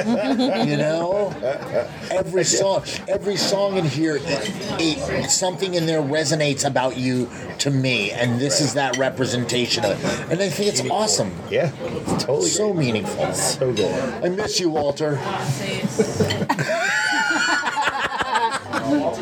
you know, every song, every song in here, it, it, something in there resonates about you to me, and this is that representation of it. And I think it's awesome, yeah. It's totally. so meaningful. so good. I miss you, Walter.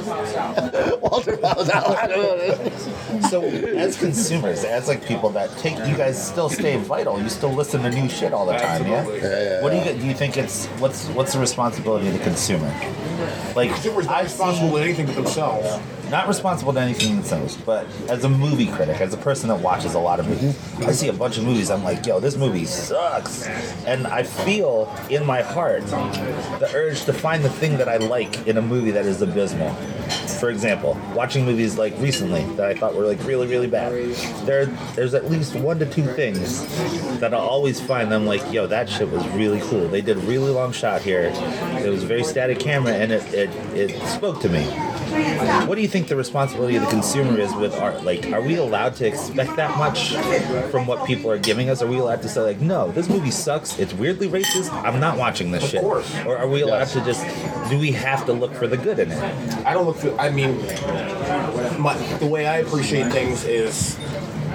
Walter bows out. I don't know. So as consumers, as like people that take, you guys still stay vital. You still listen to new shit all the time, yeah. What do you do? You think it's what's what's the responsibility of the consumer? Like Consumers not responsible for anything but themselves. not responsible to anything themselves, but as a movie critic, as a person that watches a lot of movies, I see a bunch of movies. I'm like, yo, this movie sucks, and I feel in my heart the urge to find the thing that I like in a movie that is abysmal. For example, watching movies like recently that I thought were like really, really bad. There, there's at least one to two things that I'll always find. I'm like, yo, that shit was really cool. They did a really long shot here. It was a very static camera, and it it, it spoke to me. What do you think the responsibility of the consumer is with art? Like, are we allowed to expect that much from what people are giving us? Are we allowed to say, like, no, this movie sucks, it's weirdly racist, I'm not watching this shit? course. Or are we allowed to just, do we have to look for the good in it? I don't look for. I mean, my, the way I appreciate things is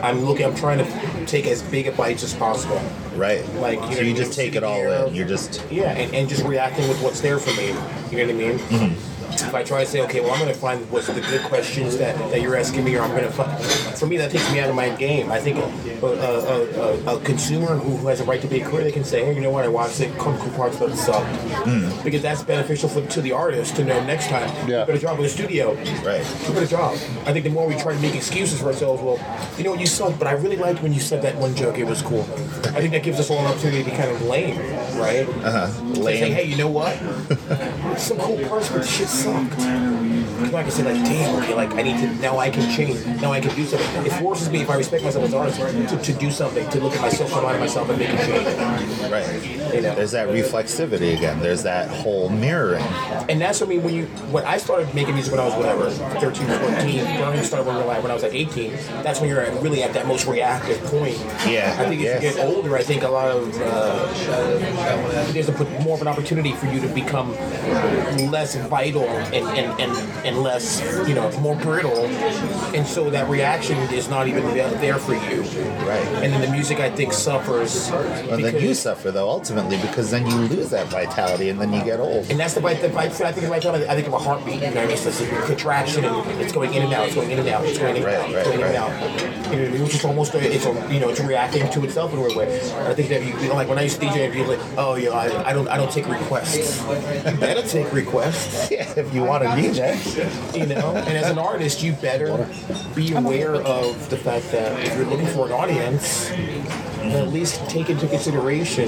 I'm looking. I'm trying to take as big a bites as possible. Right. Like you, know, so you just take it all in. You're just, Yeah, and, and just reacting with what's there for me. You know what I mean? Mm-hmm. If I try to say, okay, well, I'm going to find what's the good questions that, that you're asking me, or I'm going to find. For me, that takes me out of my game. I think a, a, a, a, a consumer who, who has a right to be a critic can say, hey, you know what, I watched it, come cool parts, but it sucked. Mm. Because that's beneficial for, to the artist to know next time. Yeah. Better job with the studio right. give it a job. I think the more we try to make excuses for ourselves, well, you know what, you suck, but I really liked when you said that one joke. It was cool. I think that gives us all an opportunity to kind of lame, right? Uh huh. Say, Uh-huh. Lame. hey, you know what? Some cool parts, but shit sucked. Now I can say like, damn, okay, like I need to now I can change. Now I can do something. It forces me if I respect myself as an artist to, to do something, to look at myself, remind myself, and make a change. Right. There's that reflexivity again. There's that whole mirroring. And that's what I mean when you when I started making music when I was whatever 13, 14. Burning started when, we were like- when I was like 18. That's when you're at- really at that most reactive point. Yeah, I think as yeah. you get older, I think a lot of uh, uh, there's a, put- more of an opportunity for you to become less vital and, and, and, and less you know more brittle, and so that reaction is not even there there for you. Right. And then the music I think suffers. And then you suffer though ultimately because then you lose that vitality and then you get old. And that's the right. The, I think of vitality. I think of a heartbeat. You know, what I mean? it's just a contraction, and it's going in and out. It's going in and out. It's going in and out. It's going in and out. You know, it's just almost a, it's a, you know, it's reacting to itself in a weird way. And I think that you, you know, like when I used to DJ, people were like, oh, you know, I, I don't, I don't take requests. You better take requests. Yeah, if you want to DJ. You know, and as an artist, you better be aware of the fact that if you're looking for an audience, then at least take into consideration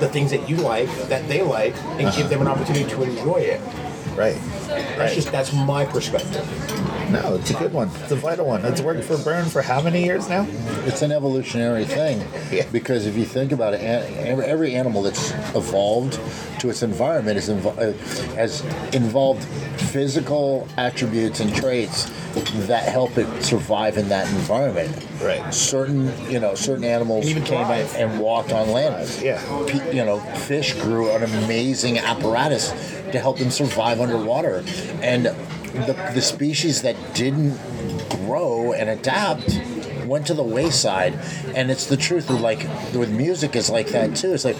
the things that you like, that they like, and give them an opportunity to enjoy it. Right. That's just that's my perspective. No, it's a good one. It's a vital one. It's worked for Burn for how many years now? It's an evolutionary thing because if you think about it, an- every- every animal that's evolved to its environment is invo- uh, has involved physical attributes and traits that help it survive in that environment. Right. Certain, you know, certain animals came and, and walked on land. Yeah. Pe- you know, fish grew an amazing apparatus to help them survive underwater, and the, the species that didn't grow and adapt went to the wayside and it's the truth of like with music is like that too it's like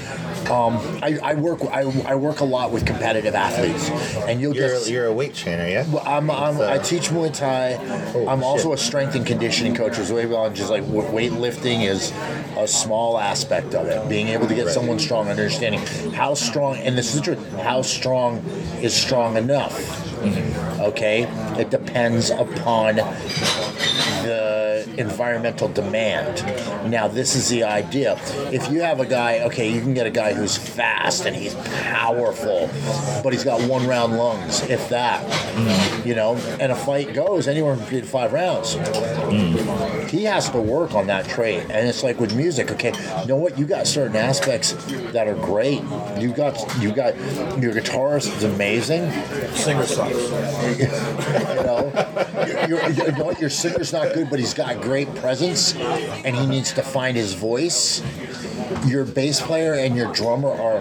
um, I, I work I, I work a lot with competitive athletes and you'll You're, get you're a weight trainer, yeah? Oh, well, I'm, I'm, I teach Muay Thai. I'm also a strength and conditioning coach as well. And just like w- weightlifting is a small aspect of it. Being able to get Right. someone strong, understanding how strong, and this is the truth, how strong is strong enough. Okay? It depends upon the environmental demand. Now, this is the idea. If you have a guy, okay, you can get a guy who's fast and he's powerful, but he's got one round lungs, if that, you know, and a fight goes anywhere from three to five rounds. He has to work on that trait. And it's like with music, okay, you know what? You got certain aspects that are great. You got, you got, your guitarist is amazing. Singer sucks. you know, your, your, your, your singer's not good, but he's got great presence, and he needs to find his voice. Your bass player and your drummer are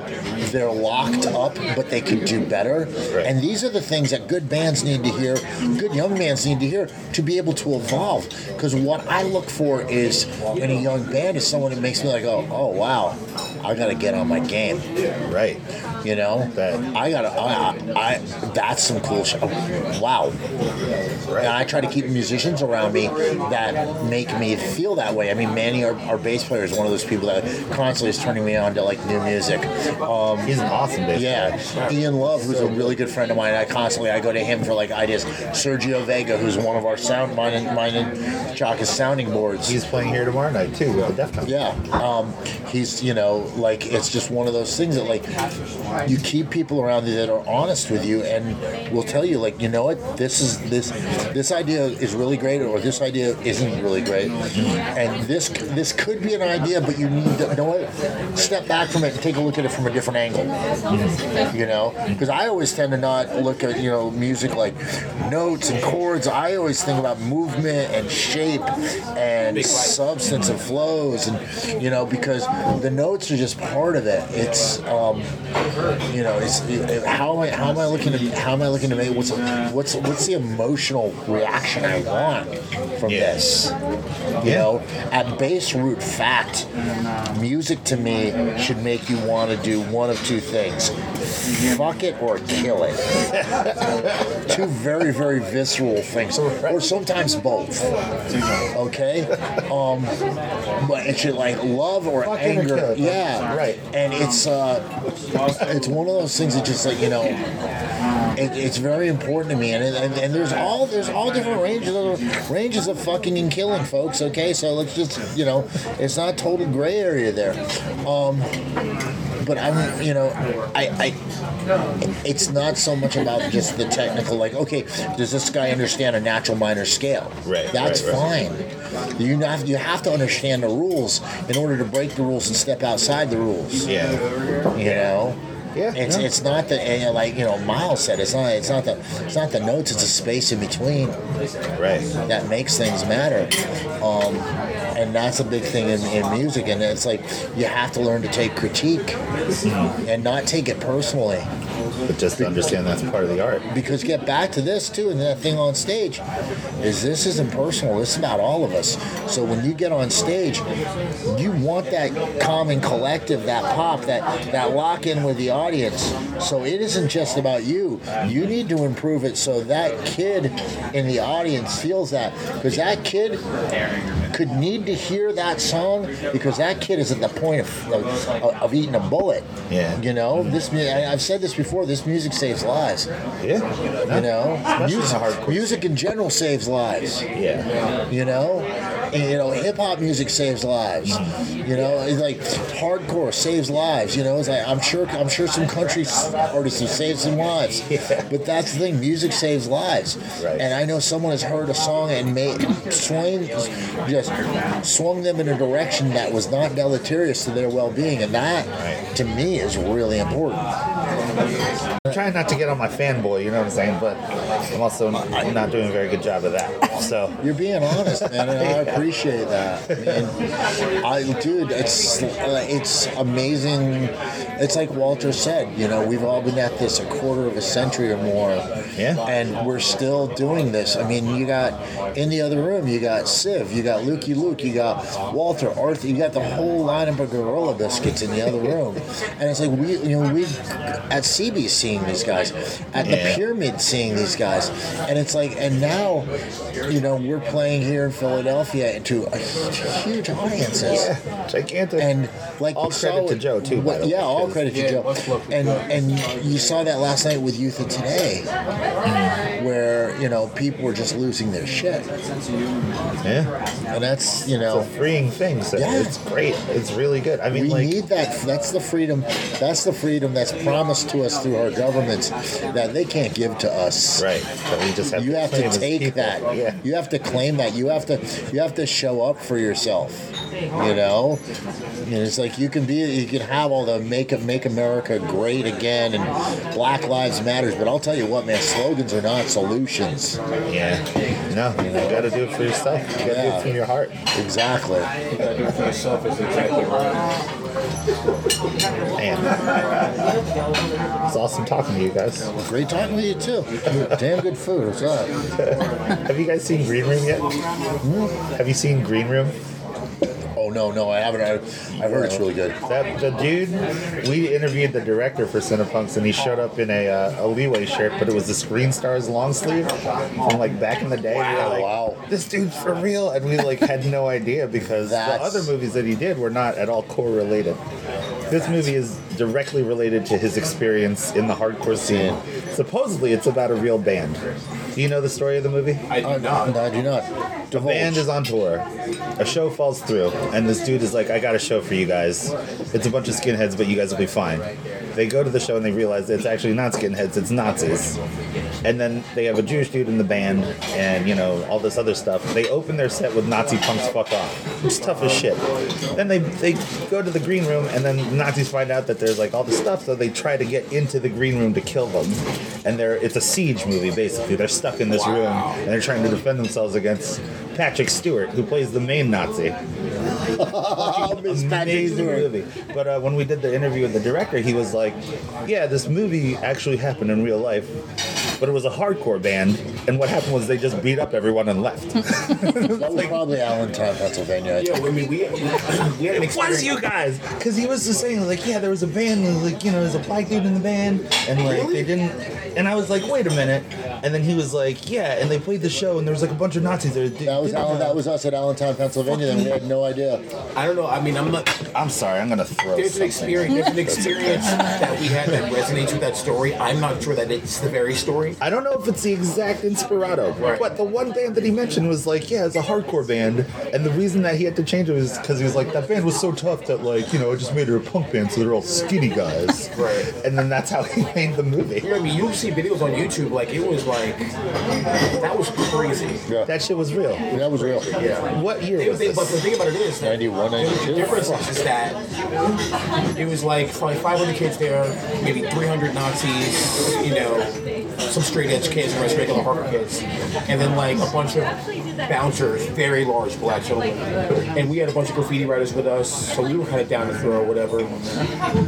they're locked up, but they could do better. And these are the things that good bands need to hear, good young bands need to hear to be able to evolve. Because what I look for is in a young band is someone that makes me like, oh, oh wow, I gotta get on my game. Right. You know, that I gotta, I, I, I that's some cool shit. Wow. And I try to keep musicians around me that make me feel that way. I mean, Manny, our, our bass player, is one of those people that constantly is turning me on to like new music. Um, He's an awesome bass Yeah. Ian Love, who's a really good friend of mine, I constantly I go to him for like ideas. Sergio Vega, who's one of our sound mine and mine and Chaka's sounding boards. He's playing here tomorrow night too with the Deftones. Yeah, um, he's you know like it's just one of those things that like you keep people around you that are honest with you and will tell you like you know what this is this this idea is really great or this idea isn't really great and this this could be an idea but you need to you know what step back from it and take a look at it from a different angle you know because I always tend to not look at you know music like notes and chords I always think about movement and shape and substance and flows and you know because the notes are just part of it it's um, you know it's it, how am I how am I looking to how am I looking to make what's what's what's the emotional reaction I want from this you know at base root fact music to me should make you want to do one of two things fuck it or kill it two very very visceral things or sometimes both okay um but it should like love or Fuck it or anger kill it. yeah Right. and it's uh it's one of those things that just like you know it, it's very important to me and, and and there's all there's all different ranges of ranges of fucking and killing folks okay so let's just you know it's not total gray area there um but I'm, you know, I, I, it's not so much about just the technical. Like, okay, does this guy understand a natural minor scale? Right, That's right, right. fine. You have you have to understand the rules in order to break the rules and step outside the rules. Yeah. You know. Yeah, it's, it's not the eh, like you know Miles said it's not it's not the it's not the notes it's the space in between right that makes things matter um, and that's a big thing in, in music and it's like you have to learn to take critique and not take it personally But just to understand that's part of the art. because get back to this too and that thing on stage is this isn't personal this is about all of us so when you get on stage you want that common collective that pop that that lock in with the audience so it isn't just about you you need to improve it so that kid in the audience feels that because that kid could need to hear that song because that kid is at the point of, of, of eating a bullet Yeah. you know, this mu- I- I've said this before. This music saves lives. Yeah. You know, Especially in music, the hardcore. music in general saves lives. Yeah. You know, and, you know, hip hop music saves lives. You know, it's like hardcore saves lives. You know, it's like I'm sure I'm sure some country s- artists have saved some lives. But that's the thing, music saves lives. Right. And I know someone has heard a song and made swing just swung them in a direction that was not deleterious to their well-being, and that to me is really important. I'm trying not to get on my fanboy, you know what I'm saying? But I'm also not, not doing a very good job of that. So You're being honest, man, and I appreciate that. Man, I, dude, it's uh, it's amazing. It's like Walter said, you know, we've all been at this a quarter of a century or more, Yeah. and we're still doing this. I mean, you got in the other room, you got Siv, you got Lukey Luke, you got Walter Arthur, you got the whole lineup of Gorilla Biscuits in the other room, and it's like we, you know, we at CB seeing these guys, at the Yeah. pier pyramid seeing these guys. And it's like, and now, you know, we're playing here in Philadelphia to a huge audiences. yeah, gigantic. And like All we saw credit to with- Joe, too, by what- the way, yeah, all 'cause- credit to Joe. And and you saw that last night with Youth of Today, where you know people were just losing their shit, yeah. and that's you know It's a freeing thing. So Yeah. it's great. It's really good. I mean, we like, need that. That's the freedom. That's the freedom that's promised to us through our governments that they can't give to us. right. So we just have you to have claim to as take people. that Yeah. you have to claim that you have to you have to show up for yourself you know and it's like you can be you can have all the make it make america great again and black lives matters but i'll tell you what man slogans are not solutions Yeah. No, you got to do it for yourself. You got to do Yeah. it from your heart. exactly Man. It's awesome talking to you guys. great talking with you too damn good food what's up Have you guys seen Green Room yet? Hmm? Have you seen Green Room? oh no no i haven't I, i've heard it's really good That the dude we interviewed the director for Cinepunks and he showed up in a, uh, a Leeway shirt, but it was the Screen Stars long sleeve from like back in the day. We were like, Wow. this dude's for real, and we like had no idea because the That's- other movies that he did were not at all correlated. This movie is directly related to his experience in the hardcore scene. Supposedly, it's about a real band. Do you know the story of the movie? i do not i do not The band is on tour. A show falls through, and this dude is like, I got a show for you guys. It's a bunch of skinheads, but you guys will be fine. They go to the show and they realize it's actually not skinheads, it's Nazis. And then they have a Jewish dude in the band, and you know, all this other stuff. They open their set with Nazi punks fuck off. It's tough as shit. Then they, they go to the green room, and then Nazis find out that there's like all this stuff, so they try to get into the green room to kill them. And they're, it's a siege movie, basically. They're stuck in this room, and they're trying to defend themselves against Patrick Stewart, who plays the main Nazi. Amazing movie. But uh, when we did the interview with the director, he was like, "Yeah, this movie actually happened in real life, but it was a hardcore band, and what happened was they just beat up everyone and left." that was probably allentown pennsylvania Yeah, I mean, we, we, we had an it was experience. you guys, because he was just saying like, "Yeah, there was a band, and, like you know, there's a black dude in the band, and like they didn't." And I was like, "Wait a minute," and then he was like, "Yeah," and they played the show, and there was like a bunch of Nazis there. that was Allen, that was us at allentown pennsylvania and we had no idea I don't know. I mean, I'm not. I'm sorry, I'm gonna throw. There's something. an experience. There's an experience that we had that resonates with that story. I'm not sure that it's the very story. I don't know if it's the exact Inspirado. But the one band that he mentioned was like, yeah, it's a hardcore band. And the reason that he had to change it was because he was like, that band was so tough that, like, you know, it just made her a punk band, so they're all skinny guys. right. And then that's how he made the movie. I mean, you see videos on YouTube, like it was like that was crazy. That shit was real. That was real. Yeah. What year They- was they- this? But the thing about it is, that 91, the 92. difference is that it was like probably 500 kids there, maybe 300 Nazis, you know, some straight edge kids, and the rest regular hardcore kids, and then like a bunch of bouncers, very large black children. And we had a bunch of graffiti writers with us, so we were kind of down to throw whatever.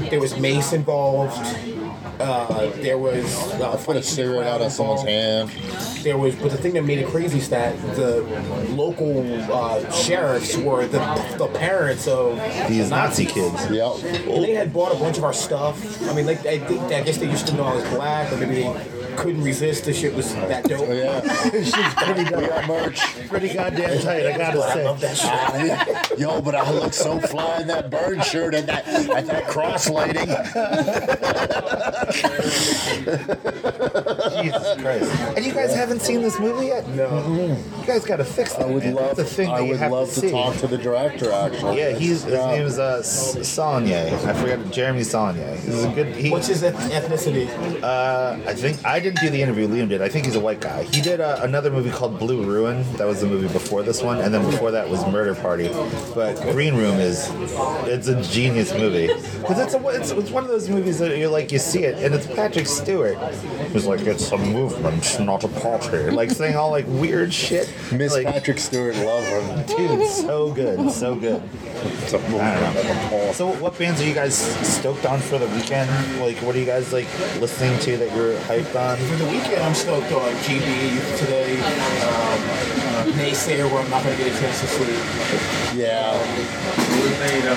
There was mace involved. Uh, there was uh, put a cigarette out on someone's hand. There was, but the thing that made it crazy is that the local uh, sheriffs were the, the parents of These Nazi kids. Yep. They had bought a bunch of our stuff. I mean, like I think I guess they used to know I was black, or maybe they couldn't resist. The shit was that Oh, dope. yeah, She's pretty got merch. Pretty goddamn tight, I gotta say. love that shit. Yo, but I look so fly in that bird shirt and that and that cross lighting. Jesus Christ. And you guys haven't seen this movie yet? No. You guys gotta fix that. I would man. love. That's a thing I that you would have love to, to, see. talk to the director. Actually, Yeah, he's his name is uh, Saunier. I forgot Jeremy Saunier. He's a good. He, What's his eth- ethnicity? Uh, I think I didn't do the interview. Liam did. I think he's a white guy. He did uh, another movie called Blue Ruin. That was the movie before this one, and then before that was Murder Party. But Green Room is it's a genius movie because it's a it's, it's one of those movies that you're like you see it and it's Patrick Stewart. He's like it's a movement, not a party. Like saying all like weird shit. Miss Like, Patrick Stewart, love him. dude, so good, so good. I don't know. So, what bands are you guys stoked on for the weekend? Like, what are you guys like listening to that you're hyped on? For the weekend, I'm stoked on GB today. Um, Naysayer, where I'm not gonna get a chance to see. Yeah,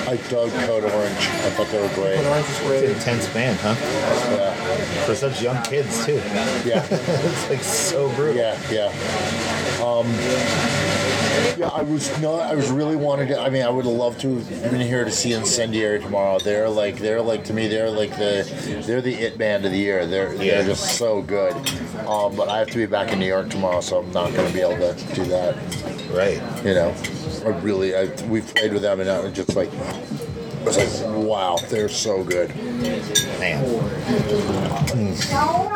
I dug Code Orange. I thought they were But great. Orange is great. Intense band, huh? For such young kids too. Yeah, it's like so brutal. yeah, yeah. Um, yeah, I was no, I was really wanted to. I mean, I would have loved to have been here to see Incendiary tomorrow. They're like, they're like to me, they're like the, they're the it band of the year. They're Yeah. they're just so good. Um, but I have to be back in New York tomorrow, so I'm not going to be able to do that. Right. you know, I really, I, we've played with them and I was just like, I was like, wow, they're so good. Man.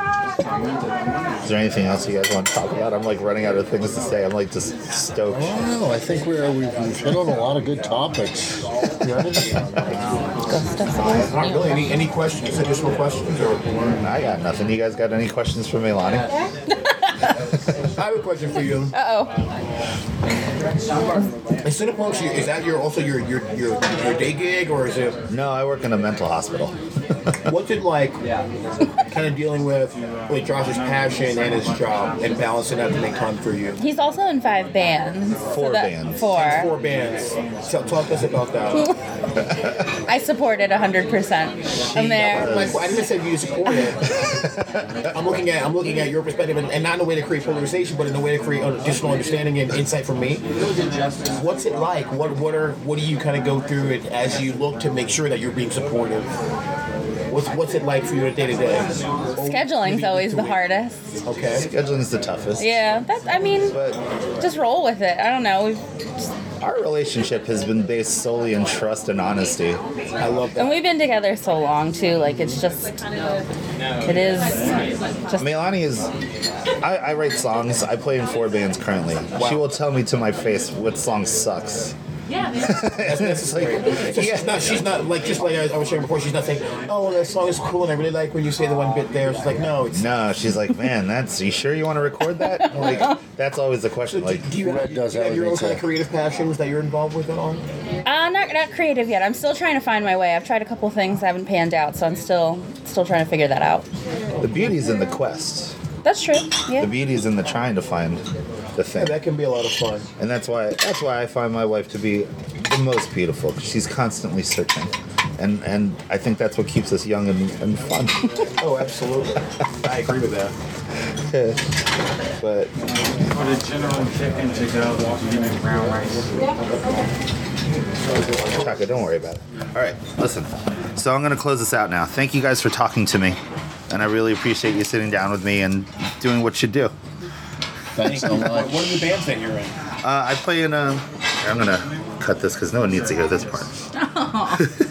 Hmm. Is there anything else you guys want to talk about? I'm like running out of things to say. I'm like just stoked. I don't know. I think we're we've, we've hit on a lot of good topics. Not really. Any, any questions? Additional questions? Or I got nothing. You guys got any questions for me, Lonnie? I have a question for you. Uh Is Cinepunks, you- is that your also your your your, your day gig or is it No, I work in a mental hospital. what did like kind of dealing with with Josh's passion and his job and balancing out to make time for you? oh. He's also in five bands. Four bands. Four. Four bands. So talk to us about that. I supported 100% in there. Like, I didn't say you support it. I'm looking at I'm looking at your perspective, and, and not in a way to create polarization, but in a way to create additional understanding and insight for me. What's it like? What what are what do you kind of go through it as you look to make sure that you're being supportive? What's what's it like for you day to day? Scheduling's always the hardest. Okay. Scheduling's the toughest. Yeah, that's, I mean, But just roll with it. I don't know. We've, our relationship has been based solely in trust and honesty. I love that. and we've been together so long, too. Like, it's just, it is just, Milani is. I, I write songs. I play in four bands currently. She will tell me to my face what song sucks. Yeah. it's like, So she's not. She's not like just like I was- I was sharing before. She's not saying, "Oh, that song is cool, and I really like when you say the one bit there." She's like, "No, it's." no, she's like, man, that's. You sure you want to record that? I'm Like, that's always the question. Like, do you have, Red does do you have your everything own kind of too. creative passions that you're involved with at all? uh, not, not creative yet. I'm still trying to find my way. I've tried a couple things that haven't panned out, so I'm still, still trying to figure that out. the beauty's in the quest. That's true. The Yeah. beauty's in the trying to find the Yeah, thing. that can be a lot of fun. And that's why that's why I find my wife to be the most beautiful. 'cause She's constantly searching. And and I think that's what keeps us young and, and fun. Oh, absolutely. I agree with that. but Put a general chicken to go and brown rice. Chaka, don't worry about it. All right, listen. So I'm going to close this out now. Thank you guys for talking to me. And I really appreciate you sitting down with me and doing what you do. Thanks so much. What are the bands that you're in? um, Uh, I play in a. I'm gonna cut this because no one needs to hear this part. Oh.